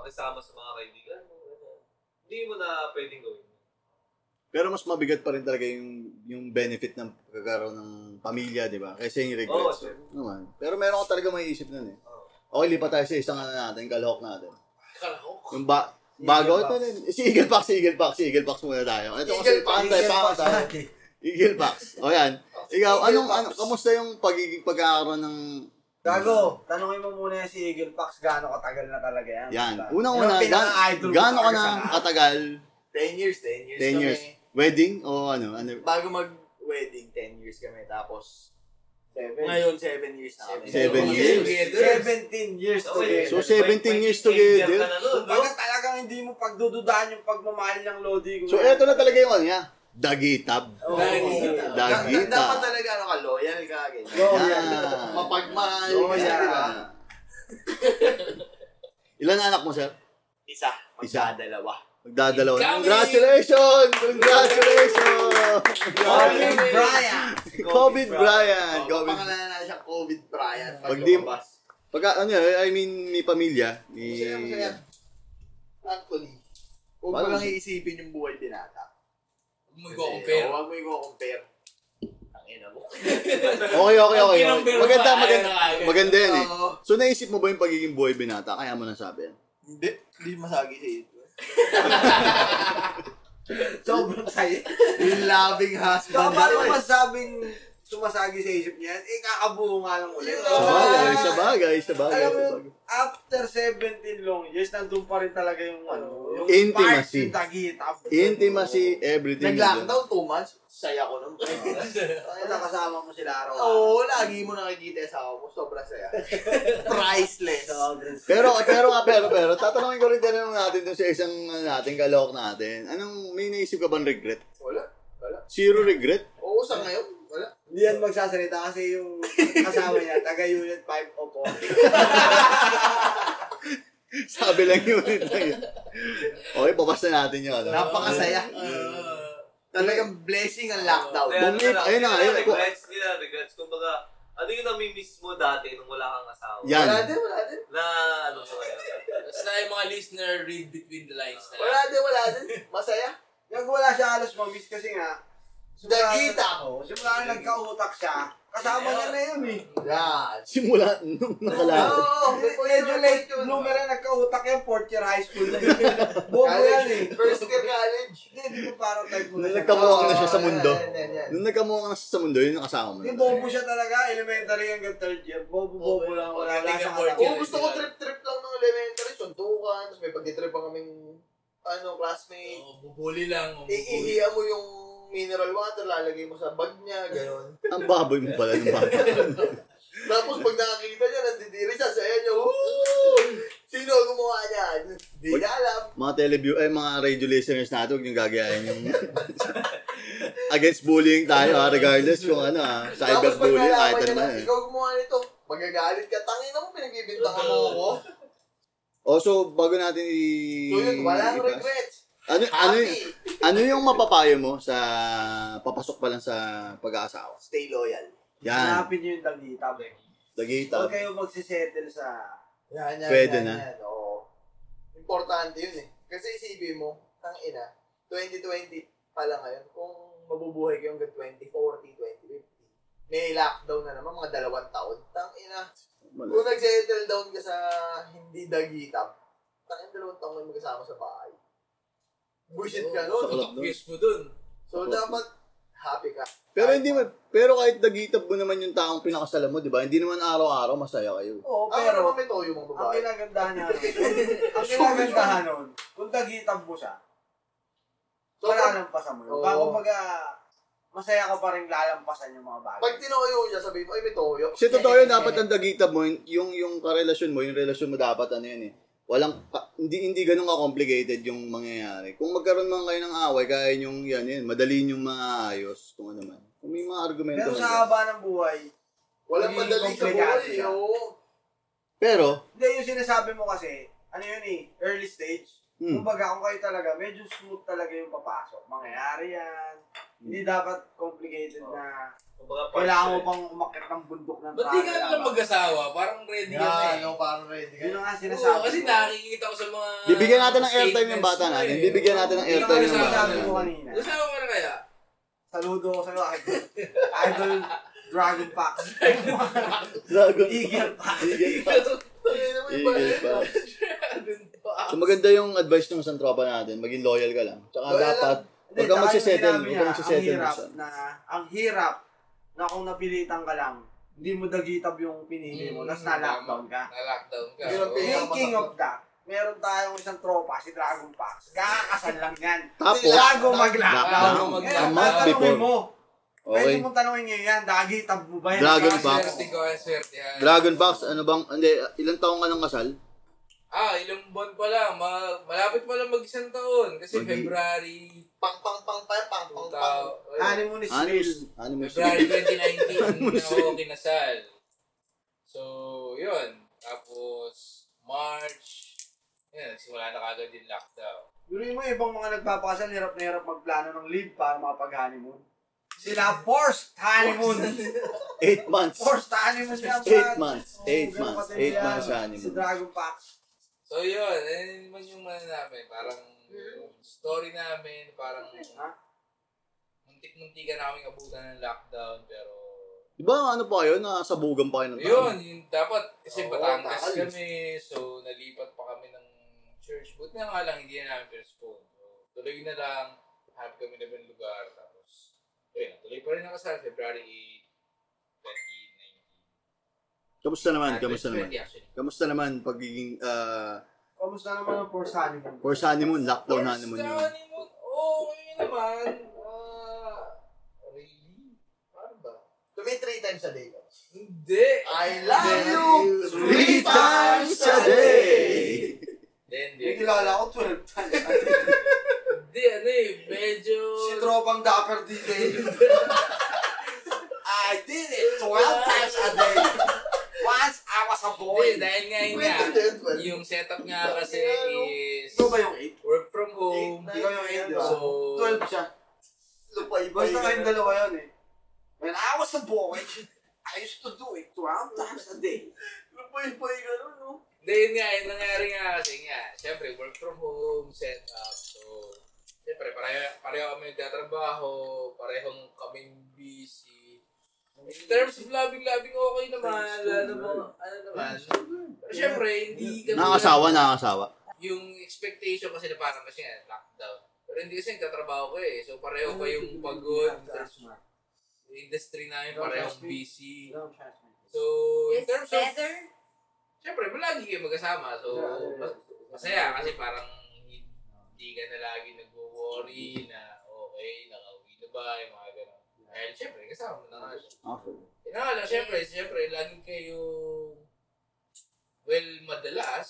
makisama sa mga kaibigan mo, ganyan. hindi mo na pwedeng gawin.
Pero mas mabigat pa rin talaga yung yung benefit ng pagkakaroon ng pamilya, di ba? Kaysa yung
Oo,
regrets.
syempre.
Naman. Pero meron ka talaga may isip nun eh.
Oo.
Okay, lipat tayo sa isang ano natin, kalahok natin.
Kalahok.
Yung ba bago ito rin. Si Eagle Pax, si Eagle Pax, si Eagle Pax muna tayo. Ito kasi
Eagle Pax,
paantay, paantay. Eagle Pax. O yan. Ikaw,
Eagle
anong,
Pax.
ano, kamusta yung pagiging pagkakaroon ng
Gago, tanongin mo muna yan si Eagle Pax, gaano katagal na talaga yan.
Yan.
Basta.
Unang-una,
Yung Ano pinaka-idol
gan-
ko
gaano ka
talaga
na
sa lahat.
katagal?
10 years, 10 years
10
kami.
years. Wedding? O ano? ano?
Bago mag-wedding, 10 years kami. Tapos,
Seven.
ngayon, 7 years na kami.
Seven years.
17 years
Okay.
together.
So, 17 years together.
Ka na nun, no?
Kumbaga talagang hindi mo pagdududahan yung pagmamahal ng Lodi ko.
So, eto na talaga yung ano niya. Dagitab.
Oo.
Dagita.
Da- da-
Dagita.
Dapat talaga ano ka, loyal ka. Ganyan.
Loyal.
Yan.
Mapagmahal.
Loyal.
Kasi, di ba?
Ilan anak mo, sir?
Isa.
Isa.
Magdadalawa.
Magdadalawa.
Incoming!
Congratulations! Congratulations!
Kobe
Kobe
Bryant.
Si
COVID Brian.
Oh,
COVID.
Pangalan na siya COVID Brian.
Pag di- Pagka, ano, I mean, may pamilya. May...
Masaya, masaya. Actually, huwag mo
Parang-
lang iisipin yung buhay binata. Kasi,
Mag-compare.
Huwag mo i-compare. Ang ina mo.
Okay, okay, okay. okay. Maganda, maganda. Maganda yan eh.
Oo.
So, naisip mo ba yung pagiging buhay binata? Kaya mo nasabi yan?
Hindi. Hindi masagi eh. sa ito.
Sobrang saya.
Yung loving husband.
So, paano masabing sumasagi sa isip niya? Eh, kakabuo nga lang ulit.
Yun.
Sabagay, sabagay, sabagay.
Alam mo yun,
sabagay.
after 17 long years, nandun pa rin talaga yung ano, yung
Intimacy.
parts, yung tagitap.
Intimacy, everything.
Nag-lockdown two months. Saya ko nun.
Ayun, nakasama mo sila araw
Oo, lagi mo nakikita yung asawa mo. Sobrang saya. Priceless.
Pero, pero nga, pero, pero, tatanungin ko rin tanong natin dun sa isang ano, natin, kalok natin. Anong, may naisip ka bang regret?
Wala. Wala.
Zero regret?
Oo, sa ngayon. Wala.
Hindi yan magsasalita kasi yung kasama niya, taga Unit 5 o 4.
Sabi lang yun. okay, babas na natin yun. Ano?
Napakasaya. Talagang blessing ang lockdown.
Kaya- Bumili- ayun na nga,
Hindi
ayun.
na regrets, hindi na regrets. Kumbaga, ano yung nami-miss mo dati nung wala kang asawa?
Yan.
Wala din, wala din.
Na ano sa kaya?
Basta yung mga listener, read between the lines na
Wala din, wala din. Masaya.
Yung wala siya halos mamiss kasi nga,
Nagkita ako.
ako, simula na nagkautak siya, kasama niya na yun eh.
Yan.
Simula nung nakalakad.
Oo, may point
Medyo
yun, may
late
point yun.
bloomer na nagkautak yan, fourth year high school na yun. Bobo yan eh.
College. First year college.
Hindi, hindi ko parang type mo
Nung
siya.
nagkabuwak na siya sa
Oo,
mundo.
yan, yan, yan.
Nung nagkamuha ka na siya sa mundo, yun yung kasama mo.
Hindi, bobo siya talaga. Elementary hanggang third year. Bobo-bobo lang. Wala lang sa
Oo,
Pagdating ang fourth year.
katawan.
gusto ko trip-trip lang ng elementary. Suntukan, tapos may pagtitrip pa kaming ano, classmate.
Oh, bubuli lang. oh, bubuli.
Iihiya mo yung mineral water, lalagay mo sa bag niya, gano'n.
Ang baboy mo pala ng bata.
Tapos pag nakakita niya, nandidiri siya sa inyo. Woo! Sino ang gumawa niyan? Hindi niya alam.
mga teleview, eh, mga radio listeners natin, huwag niyong gagayahin yung... Against bullying tayo, ha, regardless kung ano, ha.
Tapos pag
Cyberbullying,
nalaman
kahit
niya
ano
na,
na, eh.
ikaw gumawa nito, magagalit ka. Tangin mo, pinagbibintangan mo ako.
O, Oh, so, bago natin i...
So yun, walang
i-pass.
regrets.
Ano, ano, y-
Happy.
ano yung mapapayo mo sa papasok pa lang sa pag-aasawa?
Stay loyal.
Yan,
Hanapin niyo yung dagita.
dagita.
Huwag kayo magsisettle sa...
Yan, yan,
Pwede
yan,
na.
yan, oo. Importante yun eh. Kasi isipin mo, tang ina, 2020 pala ngayon, kung mabubuhay kayo hanggang 2040, 2050, may lockdown na naman, mga dalawang taon. Tang ina, kung nag-settle down ka sa hindi dagitap, tang ina, dalawang taon kayo magkasama sa bahay. Bullshit ka
Oh,
nun.
Saklap
tutok views mo dun.
So, dapat happy ka.
Pero hindi mo, pero kahit dagitab mo naman yung taong pinakasala mo, di ba? Hindi naman araw-araw masaya kayo.
Oo,
Ako Ah, naman
pero...
may toyo mong
ano, Ang
babae.
kinagandahan niya nun, ang kinagandahan nun, kung dagitan mo siya,
So,
wala
pag,
nang pasama yun.
Oo.
Bago baga, masaya ka pa rin lalampasan yung mga bagay.
pag tinoyo niya, sabihin mo, ay may toyo. Eh,
Kasi totoo yun, dapat ang dagitab mo, yung, yung karelasyon mo, yung relasyon mo dapat ano yun eh. Walang, pa- hindi, hindi ganun ka-complicated yung mangyayari. Kung magkaroon man kayo ng away, kaya yung, yan, yan, madali yung maayos, kung ano man. Kung may mga argumento
Pero
man.
sa haba ng buhay,
Walang
Magiging
madali sa
komplikado
buhay. eh.
siya.
Oo.
Pero,
hindi yung sinasabi mo kasi, ano yun eh, early stage.
hmm,
Kumbaga, kung kayo talaga, medyo smooth talaga yung papasok. Mangyayari yan. Hindi
Hmm.
dapat complicated na
Kumbaga,
kailangan mo pang umakit ng bundok ng
Oh. Ba't di
travel,
ka na lang
ano.
mag-asawa? Parang ready ka na
Yan,
eh.
yung parang ready ka.
Yun ang nga sinasabi
Oo, kasi
ko.
nakikita ko sa mga...
bibigyan natin ng airtime yung
statements
bata
mo
natin.
eh.
Bibigyan natin ng
Yun ang
airtime
nga
yung bata
sinasabi ko
natin.
kanina.
Asawa ka na kaya?
Saludo ko sa'yo, idol. Idol Dragon Pax.
Dragon
Eagle Pax.
Eagle pa. Eagle pa.
Ano
So maganda yung advice ng isang tropa natin, maging loyal ka lang. Tsaka
Loyal
dapat,
Hindi,
huwag kang
tsaka yung
magsisettle, huwag kang
sinabi niya, Ang
magsisettle.
hirap
masyado.
na, ang hirap na kung napilitan ka lang, hindi mo dagitab yung pinili mo, tapos na-lockdown ka.
Na-lockdown ka.
Pero
oo.
pinaka-
Thinking of that, meron tayong isang tropa, si Dragon Pax. Kakakasal lang yan.
Tapos,
Bago
Bago
mag-lockdown.
mag-lockdown.
Ngayon,
A month
tatanungin
before.
mo,
okay.
pwede mong tanongin ngayon yan, dagitab mo ba yan?
Dragon
Kakasal
Pax.
Swerte
ako.
ko, eh, swerte yan.
Dragon Box, ano bang, hindi, ilang taong ka nang kasal?
Ah, ilang buwan pa lang. Ma- malapit pa lang mag-isang taon. Kasi
Mag-
February,
Pang, pang, pang, pang, pang, pang, pang.
tao, eh,
Honeymoon is real.
Animus, animus.
February 2019
Ano
na
siya?
ako kinasal. So, yun. Tapos, March, yun, nagsimula na kagad yung lockdown.
Yuri mo, ibang mga nagpapakasal, hirap na hirap magplano ng leave para makapag-honeymoon. Sila forced honeymoon.
Eight months.
forced honeymoon yan.
Eight
man.
months.
Oo,
Eight
ganun
months.
katindi
Eight
yan.
months
Si
honeymoon.
Dragon Pax.
So, yun. Eh, yun man yung ano namin. Parang, story namin, parang,
Ha?
muntik-muntikan na kaming abutan ng lockdown, pero,
Di ba ano pa yun? Nasabugan pa kayo ng
yun, yun, dapat, kasi
Oo,
Batangas
takal.
kami, so, nalipat pa kami ng church. Buti na nga lang, hindi na namin postpone. So, tuloy na lang, hanap kami na ng lugar, tapos, yun, tuloy pa rin ang kasal, February 8,
Kamusta
2019.
naman?
Ah,
Kamusta naman?
2020 actually.
Kamusta naman pagiging uh,
Kamusta naman ang forced honeymoon?
for honeymoon, lockdown
Course,
honeymoon
sa
yun?
honeymoon, okay naman. Ah, really? Parang ba?
Tumi three times a day.
Hindi.
I love
Hindi.
you three times a day.
Hindi,
May
hindi.
kilala ko 12 times.
Hindi, ano eh, medyo...
si Tropang Dapper DJ. I did it 12 times a day. Once I was a
Hindi,
boy.
dahil nga yun nga. Yung setup nga kasi is
Ano Ikaw ba yung 8?
work from home.
Ikaw yung 8, di ba?
So,
12 siya.
Lupay-bay.
Basta kayong dalawa yun eh. When I was a boy, I used to do it 12 times a day.
Lupay-bay ka nun, no?
Hindi, yun nga, yung nangyari nga kasi nga, siyempre, work from home, set up, so, siyempre, pareho, pareho kami nagtatrabaho, parehong kami busy. In terms of loving-loving, okay naman, ano ba, ano naman. Pero siyempre, hindi kami...
Nakakasawa, nakakasawa.
Yung expectation kasi na parang kasi nga, lockdown. Pero hindi kasi nagtatrabaho ko eh, so pareho ko yung pagod, in terms of industry namin, parehong busy. So, in
It's
terms of
better.
Siyempre, lagi kayo magkasama. So, mas- masaya kasi parang hindi ka na lagi nagwo-worry na okay, nakauwi na ba, yung mga ganun. Dahil siyempre, kasama mo na nga siya.
Okay.
Yun na nga lang, siyempre, siyempre, lagi kayo, well, madalas,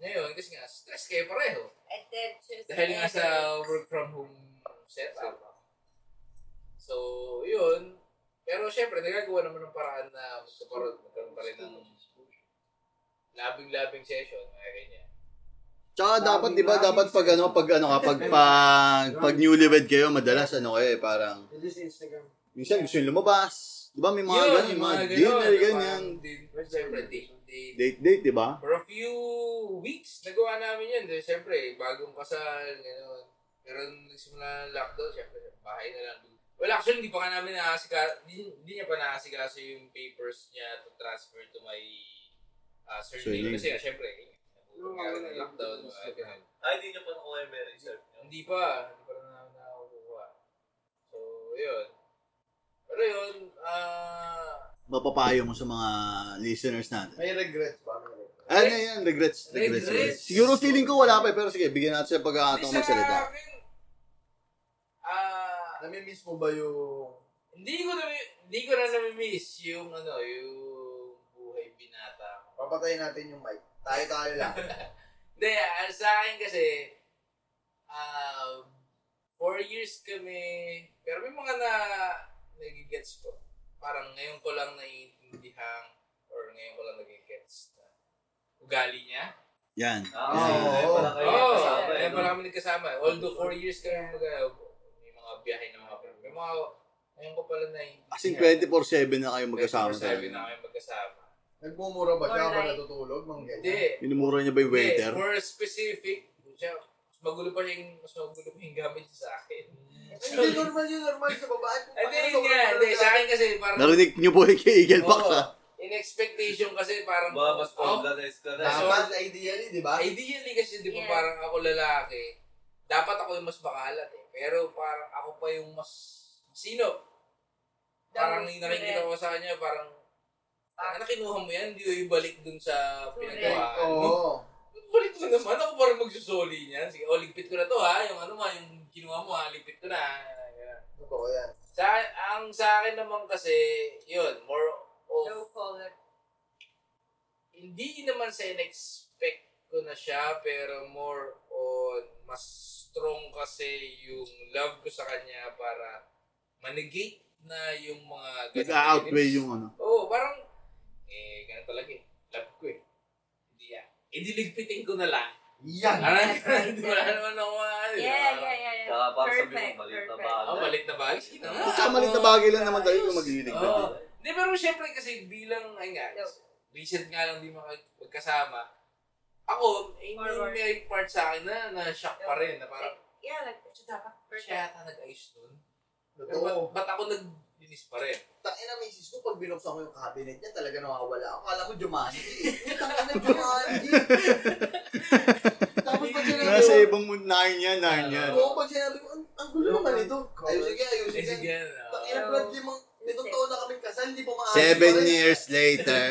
ngayon, kasi nga, stress kayo pareho.
And then just
Dahil nga sa
better.
work from home setup. So, yun. Pero syempre, nagagawa naman ng paraan na magkaparod, magkaroon pa rin ng labing-labing session, mga ganyan.
Tsaka dapat, di ba,
Maraming
dapat pag ano, pag ano ka, pag, pag, pag newlywed kayo, madalas ano kayo eh, parang,
It is Instagram.
minsan gusto nyo lumabas. Di ba, may mga
Yun,
ganun,
yung
mga
ganun,
dinner,
yung
ganyan.
parang din- Syempre, date, date.
Date-date, di ba?
For a few weeks, nagawa namin yun. Dahil syempre, bagong kasal, gano'n. Pero nung nagsimula ng lockdown, syempre, bahay na lang. Well, actually, hindi pa nga namin nakasika, hindi, hindi niya pa nakasikaso yung papers niya to transfer to my uh, surname.
Surname.
Kasi nga, syempre, eh, nabuto nga rin ng lockdown. mga ganun.
Ay, Ah, hindi niyo pa nakuha yung marriage cert niyo.
Hindi pa, hindi pa rin namin nakakukuha. So, yun. Pero yun, ah...
Mapapayo mo sa mga listeners natin.
May regrets ba? May regrets.
Ano yan, regrets, regrets.
Regrets.
regrets. Siguro feeling ko wala pa, eh, pero sige, bigyan natin siya pagkakataon
hindi sa
magsalita.
akin, Ah...
Namimiss mo ba yung...
Hindi ko na hindi ko na nami-miss yung ano, yung buhay binata. ko.
Papatayin natin yung mic. Tayo-tayo lang.
Hindi, ah, sa akin kasi um, four years kami, pero may mga na nagigets po. Parang ngayon ko lang naiintindihan or ngayon ko lang nagigets na ugali niya.
Yan.
Ah,
Oo.
ngayon pa lang
Oo,
kayo
oh,
kasama eh,
ngayon
no?
pa lang kami nagkasama. Although four years kami mag may mga biyahe na mga may mga ngayon ko pala naiintindihan.
As in, 24-7 na kayo magkasama.
24/7 na kami magkasama.
Nagmumura ba siya
Alright.
eh.
habang natutulog? Mang ganyan?
Hindi.
Minumura niya ba yung
Hindi,
waiter?
more specific, siya, mas magulo pa yung, mas magulo pa yung gamit niya sa akin.
Hindi, normal yun. Normal sa babae.
Hindi, yun nga. Hindi, sa akin kasi parang,
Narinig niyo po yung kay Eagle ah. Pax,
Oo.
ha?
in expectation kasi parang,
Baka mas
ako-
panglanes ka na.
Tama.
Dapat ideally, di ba?
ideally kasi di ba
Yeah.
parang ako lalaki, dapat ako yung mas bakalat eh. Pero parang ako pa yung mas, sino? Parang
That is
yung nakikita ko sa kanya, parang, Ah, na kinuha mo yan, hindi ko ibalik dun sa pinagawaan mo.
Oo.
Balik mo naman, ako parang magsusoli niyan. Sige, oh, ligpit ko na to ha. Yung ano ma, yung kinuha mo ha, ligpit ko na. Ganun.
Totoo yan.
Sa, ang sa akin naman kasi, yun, more of,
Low color.
hindi naman sa in-expect ko na siya, pero more on, mas strong kasi yung love ko sa kanya para manegate na yung mga ganun
Nag-outweigh yung ano.
Oo, parang, eh, ganun talaga eh. Love ko eh. Hindi yan. Idiligpitin ko na lang.
Yan!
Parang, di wala naman ako ano, di ba?
Yeah, yeah, yeah. yeah.
Kaya parang sabi mo,
Perfect,
maliit na
perfect.
bagay.
Ah, malit na bagay. Sige na nga.
Puta, malit na bagay lang naman tayo kung magliligpit.
Oo. Hindi, pero syempre kasi bilang, ay nga,
Yo.
recent nga lang di mga magkasama, ako, eh, may,
Forward.
may part sa akin na na-shock pa rin. Na parang,
Yeah, like, dapat
siya
perfect.
yata nag-ayos nun. Pero ba't,
Totoo.
ba't ako nag-linis pa rin?
Tangin na misis ko, pag binuksan ko yung cabinet niya, talaga nawawala ako. Kala ko Jumanji. Tangin na Jumanji. Tapos pag sinabi ko,
Nasa ibang mundo, nine yan, nine yan.
Oo, pag sinabi ko, ang, ang gulo naman ito. Ayusin ka,
Eh,
ayusin
sige,
ka.
ano.
Tangin na Brad, limang, nitong taon na kami kasal, hindi pa maayos.
Seven
pa rin.
years later.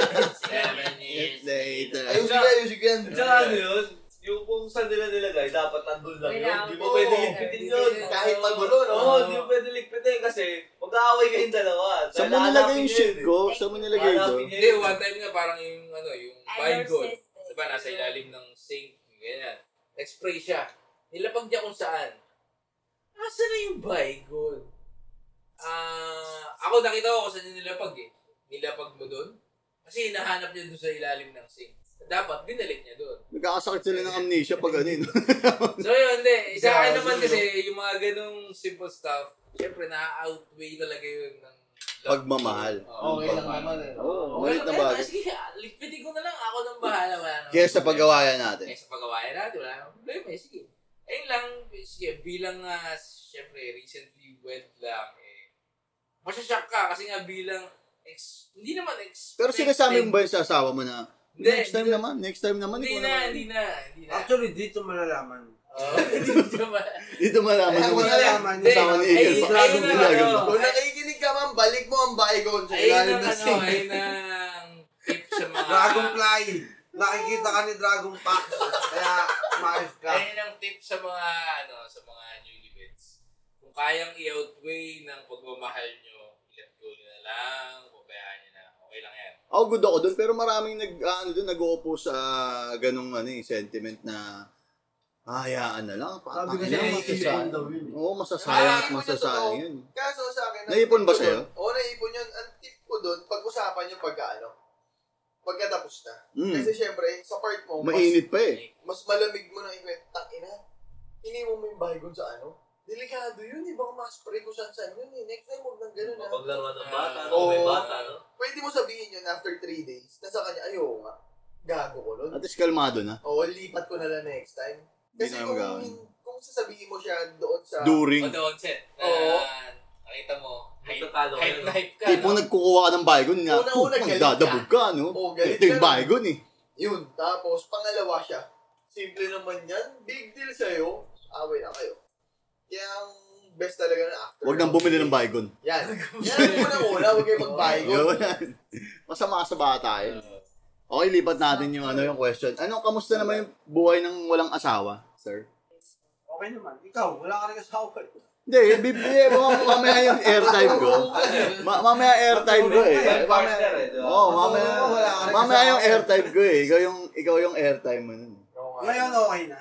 Seven years.
later.
Ayusin ka, ayusin ka. yan.
Tsaka ano yun, yung kung saan nila nilagay, dapat nandun lang yun.
Without-
Hindi mo pwede
Oo.
ligpitin yun.
Kahit magulo, no?
Oo, hindi mo pwede ligpitin kasi mag-aaway kayong dalawa.
Saan mo nilagay yung shit
eh.
ko? Saan mo nilagay ito?
Hindi, one time nga parang yung, ano, yung bygone. Diba, nasa ilalim ng sink, ganyan. Nag-spray siya. Nilapag niya kung saan. Asa na yung bygone? Ah, ako nakita ko kung saan niya nilapag eh. Nilapag mo doon. Kasi hinahanap niya doon sa ilalim ng sink. Dapat, binalik niya doon.
Nagkakasakit sila ng amnesia pag ano yun.
So yun, hindi. Sa akin naman kasi, yung mga ganong simple stuff, syempre, na-outweigh talaga yun ng love.
Pagmamahal.
Oo,
Okay lang naman eh.
Oo, malit na bagay.
Sige, ligpitin ko na lang. Ako nang bahala. Wala naman.
Kaya sa pagawayan natin.
Eh, sa pagawain natin, wala nang problema. Eh, sige. Ayun lang, eh, sige, bilang, uh, syempre, recently wed lang, eh, masasyak ka kasi nga bilang, ex, hindi naman expected.
Pero sinasabi mo ba yun sa asawa mo na,
Hindi,
next time naman, next time naman,
Hindi
ikaw
na,
naman.
hindi na, hindi na.
Actually, dito malalaman.
Oo, hindi naman.
Dito malaman
Eh,
mo
ako
na.
na-
Malalaman
Hindi,
yung
Asawa ni Eagle,
ayun-
baka
ayun
doon
na,
ginagawa.
ano,
Kung nakikinig ka man, balik mo ang bygone sa
Ayun
ilalim
ang,
ng
ano,
sink.
ayun ang tip sa mga...
Dragonfly. Nakikita ka ni Dragon Pax. Kaya, maayos ka.
Ayun ang tip sa mga, ano, sa mga newlyweds. Kung kayang i-outweigh ng pagmamahal nyo, i-let go nyo na lang, pabayaan nyo na, okay lang yan.
Ako good ako doon, pero maraming nag, ah, ano doon, nag-oppose sa ganong ano, eh, sentiment na ah, hayaan na lang.
Sabi
Patangin
kasi
na,
naiipon
masasayang.
daw yun. eh.
Oo, masasayang,
Naiipon na
masasayang
totoo.
yun.
Kaso sa akin... ang
Naipon
tip
ba
ko
sa'yo?
dun- Oo, naipon yun. Ang tip ko doon, pag-usapan yung pagkaano. Pagkatapos na.
Mm.
Kasi syempre, sa part mo, mas,
Mainit pa eh.
mas malamig mo nang ikwento. Tang ina, hindi mo mo yung bygone sa ano. Delikado yun, eh. Baka ma-spray ko saan saan yun eh. Next time, huwag nang ganun ah.
Paglaro ng bata,
Ah,
no? may
oo.
bata, no?
Pwede mo sabihin yun after 3 days. Nasa kanya, ayaw nga. Gago ko nun.
At least kalmado na.
Oo, lipat ko na lang next time.
Hindi
Kasi
na
kung,
magawin.
kung sasabihin mo siya doon sa...
On
During.
the onset, na
Oo.
nakita mo, hype,
Magtatalo kayo,
hype
no?
na hype ka.
Tipo
no?
nagkukuha ka ng baygon nga.
Una-una,
Una,
galit
dadabog ka, no?
Oo, galit
Ito yung
ka.
baygon eh.
Yun. Tapos, pangalawa siya. Simple naman yan. Big deal sa'yo. Away na kayo. Kaya ang best talaga na after.
Huwag nang bumili ng baygon.
Yan. Yan ang unang-una. Huwag kayo mag-bygone.
Yun. Masama sa bata eh. Okay, lipat natin yung ano yung question. Ano, kamusta naman yung buhay ng walang asawa, sir?
Okay naman. Ikaw, wala ka rin kasawa.
Hindi, eh, bibigay mo mamaya yung airtime ko. Ma- mamaya airtime ko eh.
May
Mamaya,
partner, eh, di ba?
oh, mamaya,
Oo, wala ka rin
mamaya
kasama.
yung airtime ko eh. Ikaw yung, ikaw yung airtime mo nun.
Ngayon, okay na.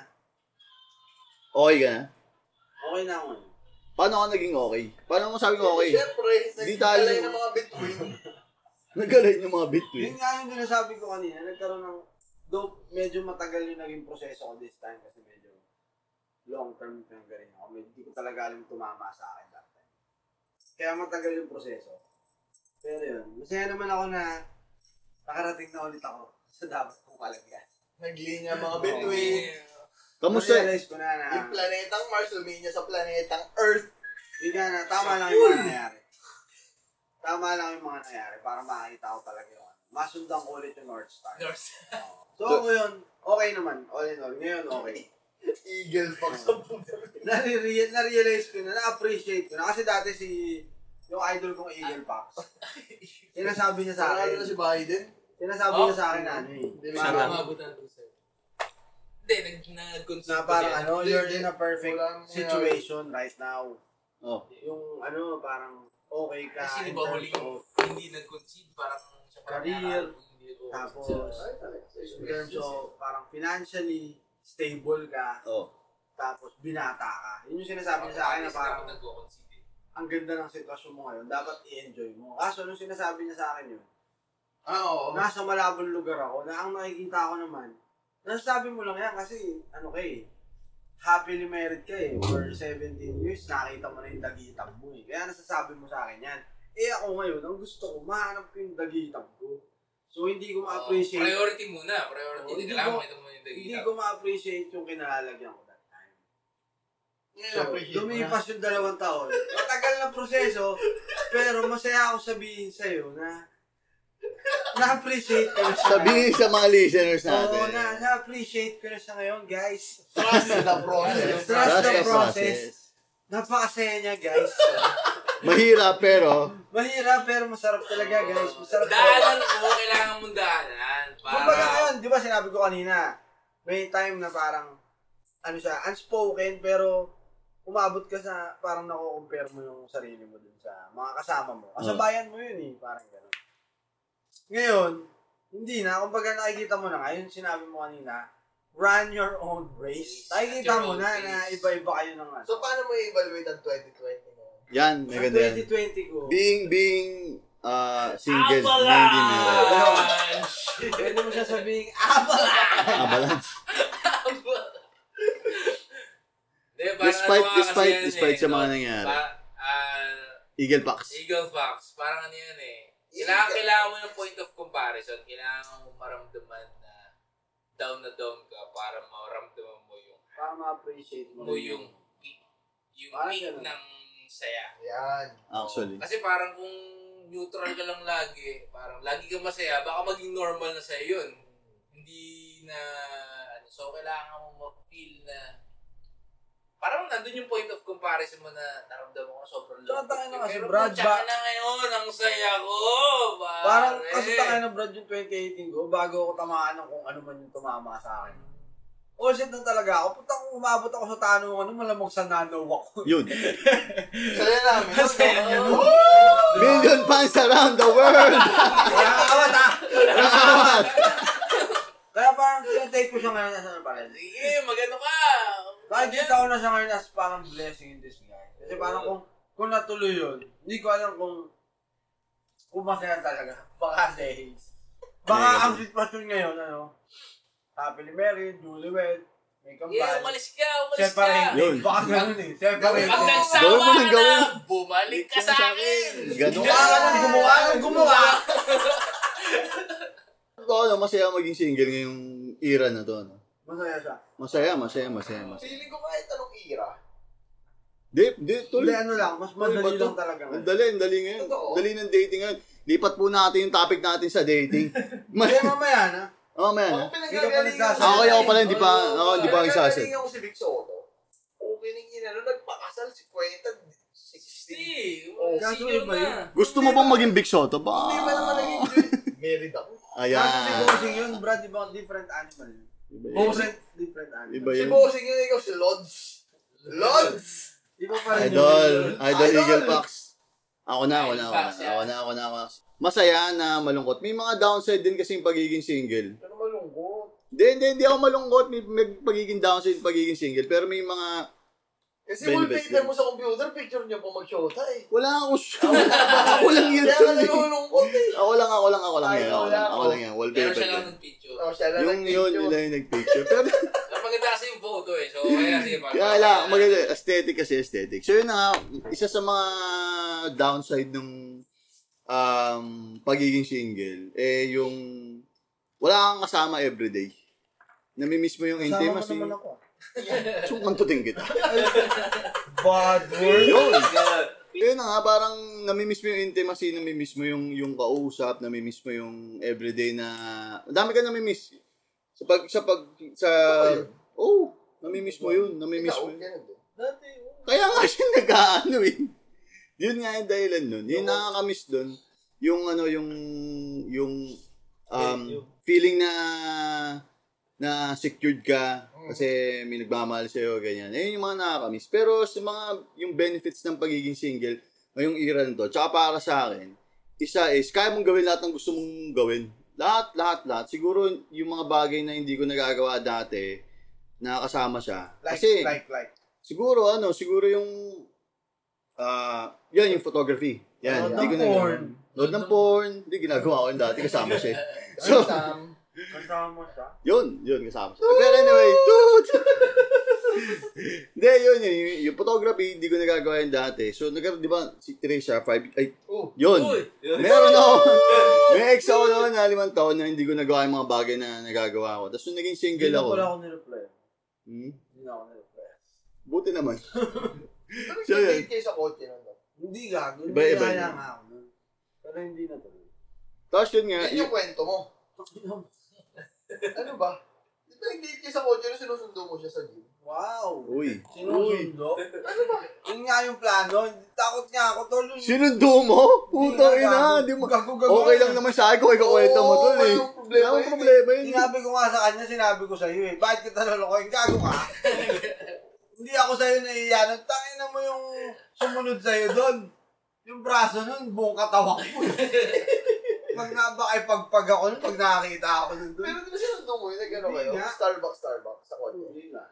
Okay ka na?
Okay na ako ngayon.
Paano ka naging okay? Paano mo sabing okay?
Siyempre,
Di tayo-
nagsikalay ng mga between.
Nagalit yung mga
Yun
between.
nga yung sinasabi ko kanina, nagkaroon ng, though medyo matagal yung naging proseso ko this time kasi medyo long term yung galing ako. Medyo hindi ko talaga alam tumama sa akin that time. Kaya matagal yung proseso. Pero yun, masaya naman ako na nakarating na ulit ako sa dapat kong kalagyan.
Naglinya mga between.
Kamusta?
Realize ko na na,
Yung planetang Mars, luminya sa planetang Earth.
yun nga na, tama lang yung mga nangyari. Tama lang yung mga nangyari para makakita ko talaga yun. Masundan ko ulit yung North Star.
North
So, ako yun, okay naman. All in all, ngayon okay.
Eagle Fox sa puta.
Nare-realize ko na, na-appreciate ko na. Kasi dati si, yung idol kong Eagle Pax. Sinasabi niya sa akin.
Sarado na si Biden.
Sinasabi
Oh.
niya sa akin ano eh.
Hindi
Siya
Parang-
umabot ng 2-7. Hindi, nag- nag-consult
Na
ko
parang
siya.
ano, you're in a perfect
Walang-
situation right now.
Oh.
Yung ano, parang okay ka.
Kasi
in
di ba
terms
huli?
of-
Hindi nag-concede, parang siya parang
Career.
nakaabot, hindi ko-
Tapos,
Siya-
in terms of parang financially stable ka,
Oh.
tapos binata ka. Yun yung sinasabi niya sa akin na parang
Dapat nagko-concede eh.
ang ganda ng sitwasyon mo ngayon, dapat i-enjoy mo. Kaso nung sinasabi niya sa akin yun,
Ah, oo.
nasa malabong lugar ako, na ang nakikita ko naman, nasasabi mo lang yan kasi, ano kay, happily married ka eh, for 17 years, nakita mo na yung dagitab mo eh. Kaya nasasabi mo sa akin yan. Eh ako ngayon, ang gusto ko, mahanap ko yung dagitab ko. So hindi ko
Oh,
ma-appreciate,
Priority muna,
Oh,
priority.
hindi
Kailangan
ko-
mo ito muna yung
hindi
dagita.
ko ma-appreciate yung kinalalagyan ko that time.
Ngayon,
So,
appreciate mo na.
lumipas yung dalawang taon. Matagal na proseso, pero masaya ako sabihin sa'yo na na-appreciate ko na siya.
Sabihin sa mga listeners
Oo,
natin.
na, na-appreciate ko na siya ngayon, guys.
Trust the process.
Trust the process. Napakasaya niya, guys.
Mahirap pero
Mahirap, pero masarap talaga, guys. Masarap talaga.
Daanan mo, kailangan mong daanan.
Kumbaga
Para...
ngayon, di ba sinabi ko kanina, may time na parang, ano siya, unspoken, pero umabot ka sa, parang nako-compare mo yung sarili mo dun sa mga kasama mo.
Mm.
Kasabayan mo yun eh, parang gano'n. Ngayon, hindi na, kumbaga nakikita mo na nga, yun sinabi mo kanina, run your own race. Nakikita
Your
mo
own
na
race.
na iba-iba kayo ng ano.
So, paano mo i-evaluate ang 2020 mo?
yan,
Ang
may ganda yan.
2020 ko,
Being, being uh, single.
Avalanche!
Hindi nila.
pwede mo "Ah, sasabihin, abala!
Avalanche.
Hindi, parang
Despite,
ano nga kasi
despite,
yan eh,
despite sa
no?
mga nangyari.
Pa- ah,
Eagle Fox.
Eagle Fox, parang ano yan eh. Kailangan,
Eagle.
kailangan mo ng point of comparison. Kailangan mo maramdaman na down na down ka para maramdaman mo yung
Para ma-appreciate mo.
mo yung peak, yung
Parang
peak
ganun.
ng saya.
Yan.
Actually.
Kasi parang kung neutral ka lang lagi, parang lagi kang masaya, baka maging normal na sa'yo yun. Hindi na, ano, so kailangan mo ma-feel na, parang nandun yung point of comparison mo na naramdaman ko sobrang
Tsaka
lungkot
tangin na
ko.
kasi,
Pero
Brad,
putsaka
ba-
na ngayon, ang saya ko, pare.
Parang kasi tayo na Brad yung 2018 ko, bago ako tamaan ng kung ano man yung tumama sa akin. All set na talaga ako. Punta kung umabot ako sa tanungan, nung malamog sa nanaw ako.
Yun.
Saya namin.
Masaya niya nun.
Million fans around the world!
Kaya kakawat ha!
Nakakawat!
Kaya parang tinatake ko siya ngayon as ano pa rin.
Sige, magano ka.
Nakikita ko na siya ngayon as parang blessing in disguise. Kasi parang kung, kung natuloy yun, hindi ko alam kung kung masaya talaga. Baka say, baka
Negative.
ang sitwasyon ngayon, ano, happily married, newlywed, may
Yeah,
kambal.
umalis ka, umalis
Separate.
ka.
Yun.
Baka ganun eh. Separate.
Pag
Gawin mo
nagsawa
ng
ka na,
gawin.
bumalik ka sa akin.
Ganun.
Gumawa ka nung gumawa nung gumawa.
Oo, no, masaya maging single ngayong era na to. No?
Masaya siya.
Masaya, masaya, masaya, masaya.
Feeling ko kahit anong ira.
Di, di,
Hindi,
tuloy.
ano lang, mas
Tuloy ba
madali
to?
lang talaga.
Ang dali, ang dali ngayon.
Totoo.
Ang dali ng dating ngayon. Lipat po natin yung topic natin sa dating. Ma-
Kaya mamaya na,
oh, man.
Ako
Hindi ka pa
pinagagalingan ko.
nagsasalita.
Ako, ako pala, hindi pa, ako, hindi pa ako isasin.
Pinagagalingan ko si Vic Soto. Opening yun, ano, nagpakasal si Kwenta. 60.
Steve,
Oh,
senior
gagawin ba yun?
na.
Gusto mo bang maging Big Shot? Ba?
Hindi ba naman nag-enjoy? Married ako.
Ayan.
kaso si Bossing yun, Brad, di ba different animal?
Iba yun.
Different, different
Iba
animal.
Si
yun.
Bossing yun, ikaw si Lods. Lods!
Iba pa rin
Idol. Ah,
yun.
Idol
Idol.
Eagle Fox. Ako na, ako na, ako na, ako na, ako na, ako na. Masaya na malungkot. May mga downside din kasi yung pagiging single.
Ano malungkot?
Hindi, hindi, hindi ako malungkot. May, may pagiging downside, pagiging single. Pero may mga,
Kasi
Ben
wallpaper
Best
mo sa computer, picture niya po mag-shota eh.
wala ako shoot. ako lang yun.
Kaya ka
tol, eh.
nalulungkot eh.
Ako lang, ako lang, ako lang
Ay,
yan. Ako
wala
lang, ako
ako.
lang yan.
Pero
Wallpaper.
siya lang
yan.
ng picture.
Oh, siya lang
Yung yun, yun lang yung nagpicture. Pero,
Ang maganda kasi yung photo eh. So, kaya sige pa.
kaya lang, maganda. Aesthetic kasi aesthetic. So, yun na nga, isa sa mga downside ng um, pagiging single, eh, yung wala kang kasama everyday. Namimiss mo yung
Kasama mo
intimacy.
naman ako.
Sumantutin kita.
Bad word.
Yun! Yun na nga, parang namimiss mo yung intimacy, namimiss mo yung, yung kausap, namimiss mo yung everyday na... Ang dami ka namimiss. Sa pag... Sa pag... Sa... Oh, namimiss mo yun. Namimiss
Ikaw,
mo yun.
ganun din.
Dati, oh.
Kaya nga siya nag-ano eh. Yun nga yung dahilan nun. Yung nakakamiss dun. yung ano yung yung um,
Thank you.
feeling na na secured ka kasi may nagmamahal sa iyo ganyan. Eh yung mga nakakamiss. Pero sa mga yung benefits ng pagiging single ngayong era na to, tsaka para sa akin, isa is kaya mong gawin lahat ng gusto mong gawin. Lahat, lahat, lahat. Siguro yung mga bagay na hindi ko nagagawa dati na kasama siya.
Like,
kasi
like, like.
siguro ano, siguro yung ah, yan yung photography. Yan, hindi ko na
porn.
Load ng porn, hindi ginagawa ko yun dati kasama siya. eh. So,
Kasama mo siya.
yun, yun kasama siya. Pero anyway, toot! Hindi, yun, yun, yun, yung photography, hindi ko nagagawa yun dati. So, nagkaroon, di ba, si Trisha, five, ay,
Oh.
yun.
Uy!
Meron ako, may ex ako noon na limang taon na hindi ko nagawa yung mga bagay na nagagawa ko. Tapos nung naging
Hindi
single
na
ako,
pala ako nireply.
hmm,
Hindi na ako nireply.
buti naman.
Pero
So, yun.
nag-date kayo sa kotse nun. no?
Hindi gago.
Iba,
Hindi
iba,
kaya
iba.
nga ako nun. Pero hindi na tuloy.
Tapos yun nga,
Yun
yun,
yung kwento mo. Ano ba? Di ba nag-date kayo sa kotse nung sinusundo mo siya sa gym?
Wow!
uy, uy,
Sinusundo? ano ba? Yun nga yung plano. Takot nga ako, tol. Yun-
sinundo mo? Putang
Hindi na
ina,
gago.
di mo,
Gago, gago.
okay lang naman sa akin kung ikakwento mo
Oo,
tol eh.
walang problema
Wala akong
yun eh.
problema yun.
Sinabi ko nga sa kanya, sinabi ko sa iyo eh. Bakit kita nalolokohin? Gago ka? Hindi ako sa iyo naiiyan. Ang tangin na mo yung sumunod sa iyo doon. Yung braso nun, buong katawan ko. eh. Pag nga ba ay pagpag ako nun, pag nakakita ako nun doon.
Pero di ba sinundo mo yun? Nag-ano
Hindi
kayo?
nga.
Starbucks, Starbucks sa kotse.
Hindi na.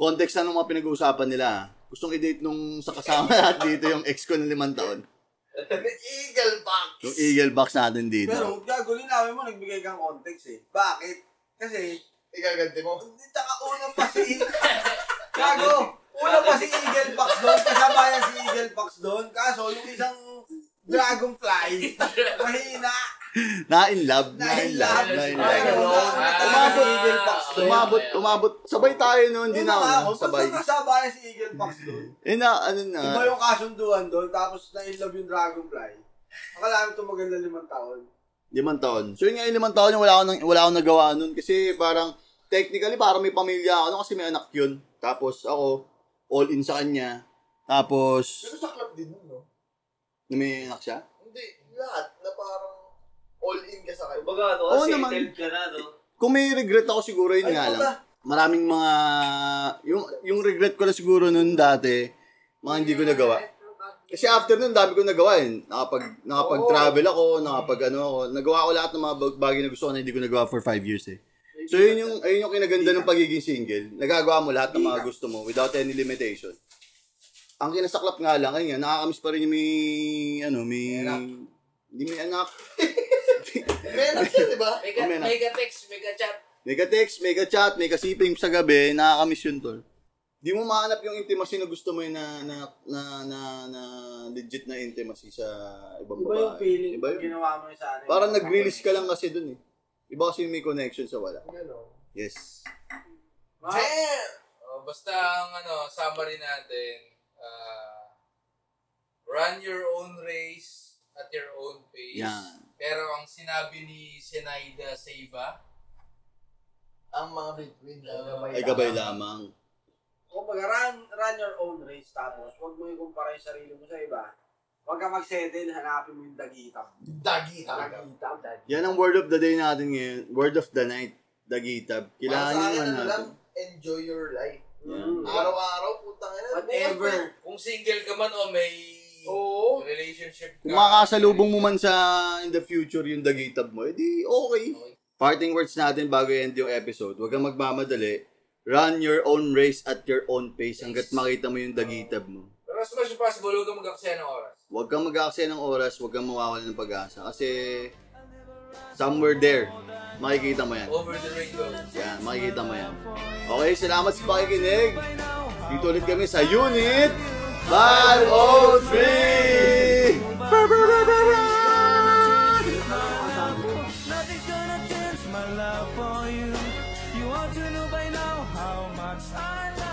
context na nung mga pinag-uusapan nila. ah. Gustong i-date nung sa kasama natin dito yung ex ko ng limang taon.
May eagle box!
Yung eagle box natin dito.
Pero gago, linawin mo, nagbigay kang context eh. Bakit? Kasi,
Ikaganti mo.
hindi taka una pa si Gago! Una pa si Eagle Fox doon, kasama yan si Eagle Fox doon. Kaso, yung isang dragonfly, mahina.
na-in love, na-in
Na-in
love,
love.
na-in
Ah,
love.
wala. Wala talaga
Tumabot,
si Eagle Fox doon.
Umabot, umabot. Sabay tayo noon, di
Hindi na
na
nga ako.
ako. Sabay.
Basta kasama yan si Eagle Fox doon.
Eh na, ano na.
Iba yung kasunduan doon, tapos na-inlove yung dragonfly. Akala ko tumagal na limang taon.
Limang taon. So yun nga yung limang taon yung wala akong, nang- wala akong nagawa nun. Kasi parang, technically parang may pamilya ako nun kasi may anak yun. Tapos ako, all in sa kanya. Tapos,
Pero sa club din nun, no?
may anak siya.
Hindi, lahat na parang all-in ka sa kanya.
Kumbaga, ano,
Oo
kasi
naman.
settled ka na, no?
Kung may regret ako siguro yun
Ay,
nga
ano
lang.
ba?
maraming mga yung yung regret ko na siguro noon dati, mga hindi ko nagawa. Kasi after nun, dami ko nagawa eh. Nakapag, nakapag-travel ako, nakapag ano ako. Nagawa ko lahat ng mga bag- bagay na gusto ko na hindi ko nagawa for five years eh. So yun yung, ayun yung kinaganda ng pagiging single. Nagagawa mo lahat ng mga gusto mo without any limitation. Ang kinasaklap nga lang, ayun nga, nakakamiss pa rin yung may, ano, may, hindi may anak.
May anak siya, di ba?
Mega,
Amen.
mega text, mega chat.
Mega text, mega chat, mega siping sa gabi, nakakamiss yun, tol. Di mo mahanap yung intimacy na gusto mo yun na, na, na, na, na legit na intimacy sa ibang
Iba
babae.
yung feeling
Iba yun.
ginawa mo sa akin.
Parang nag-release ka lang kasi dun eh. Iba kasi yung may connection sa wala.
Ganon.
Yes.
Oh, basta ang ano, summary natin, ah, run your own race at your own pace.
Yan.
Pero ang sinabi ni Senaida sa iba,
Ang mga between na
Ay gabay lamang.
Kung baga, run, run your own race, tapos huwag mo ikumpara yung sarili mo sa iba. Huwag ka mag-settle, hanapin mo yung dagitam.
Dagi talaga.
Dagitam.
Yan ang word of the day natin ngayon. Word of the night. Dagitab. Kailangan
Para sa
nyo
akin,
naman
ano lang,
natin.
enjoy your life.
Mm.
Araw-araw, putang ina.
Whatever.
kung single ka man o may
Oo.
relationship ka.
Kung makakasalubong mo man sa in the future yung dagitab mo, edi okay.
Okay.
Parting words natin bago i-end yung episode. Huwag kang magmamadali. Run your own race at your own pace hanggat makita mo yung dagitab mo.
Pero as much as possible, huwag kang mag-aksaya ng oras.
Huwag kang mag-aaksaya ng oras, huwag kang mawawala ng pag-asa kasi somewhere there, makikita mo yan.
Over the rainbow.
Yan, makikita mo yan. Okay, salamat sa pakikinig. Dito ulit kami sa Unit 503!
Nothing's gonna change my love for you. You ought to know by now how much I love you.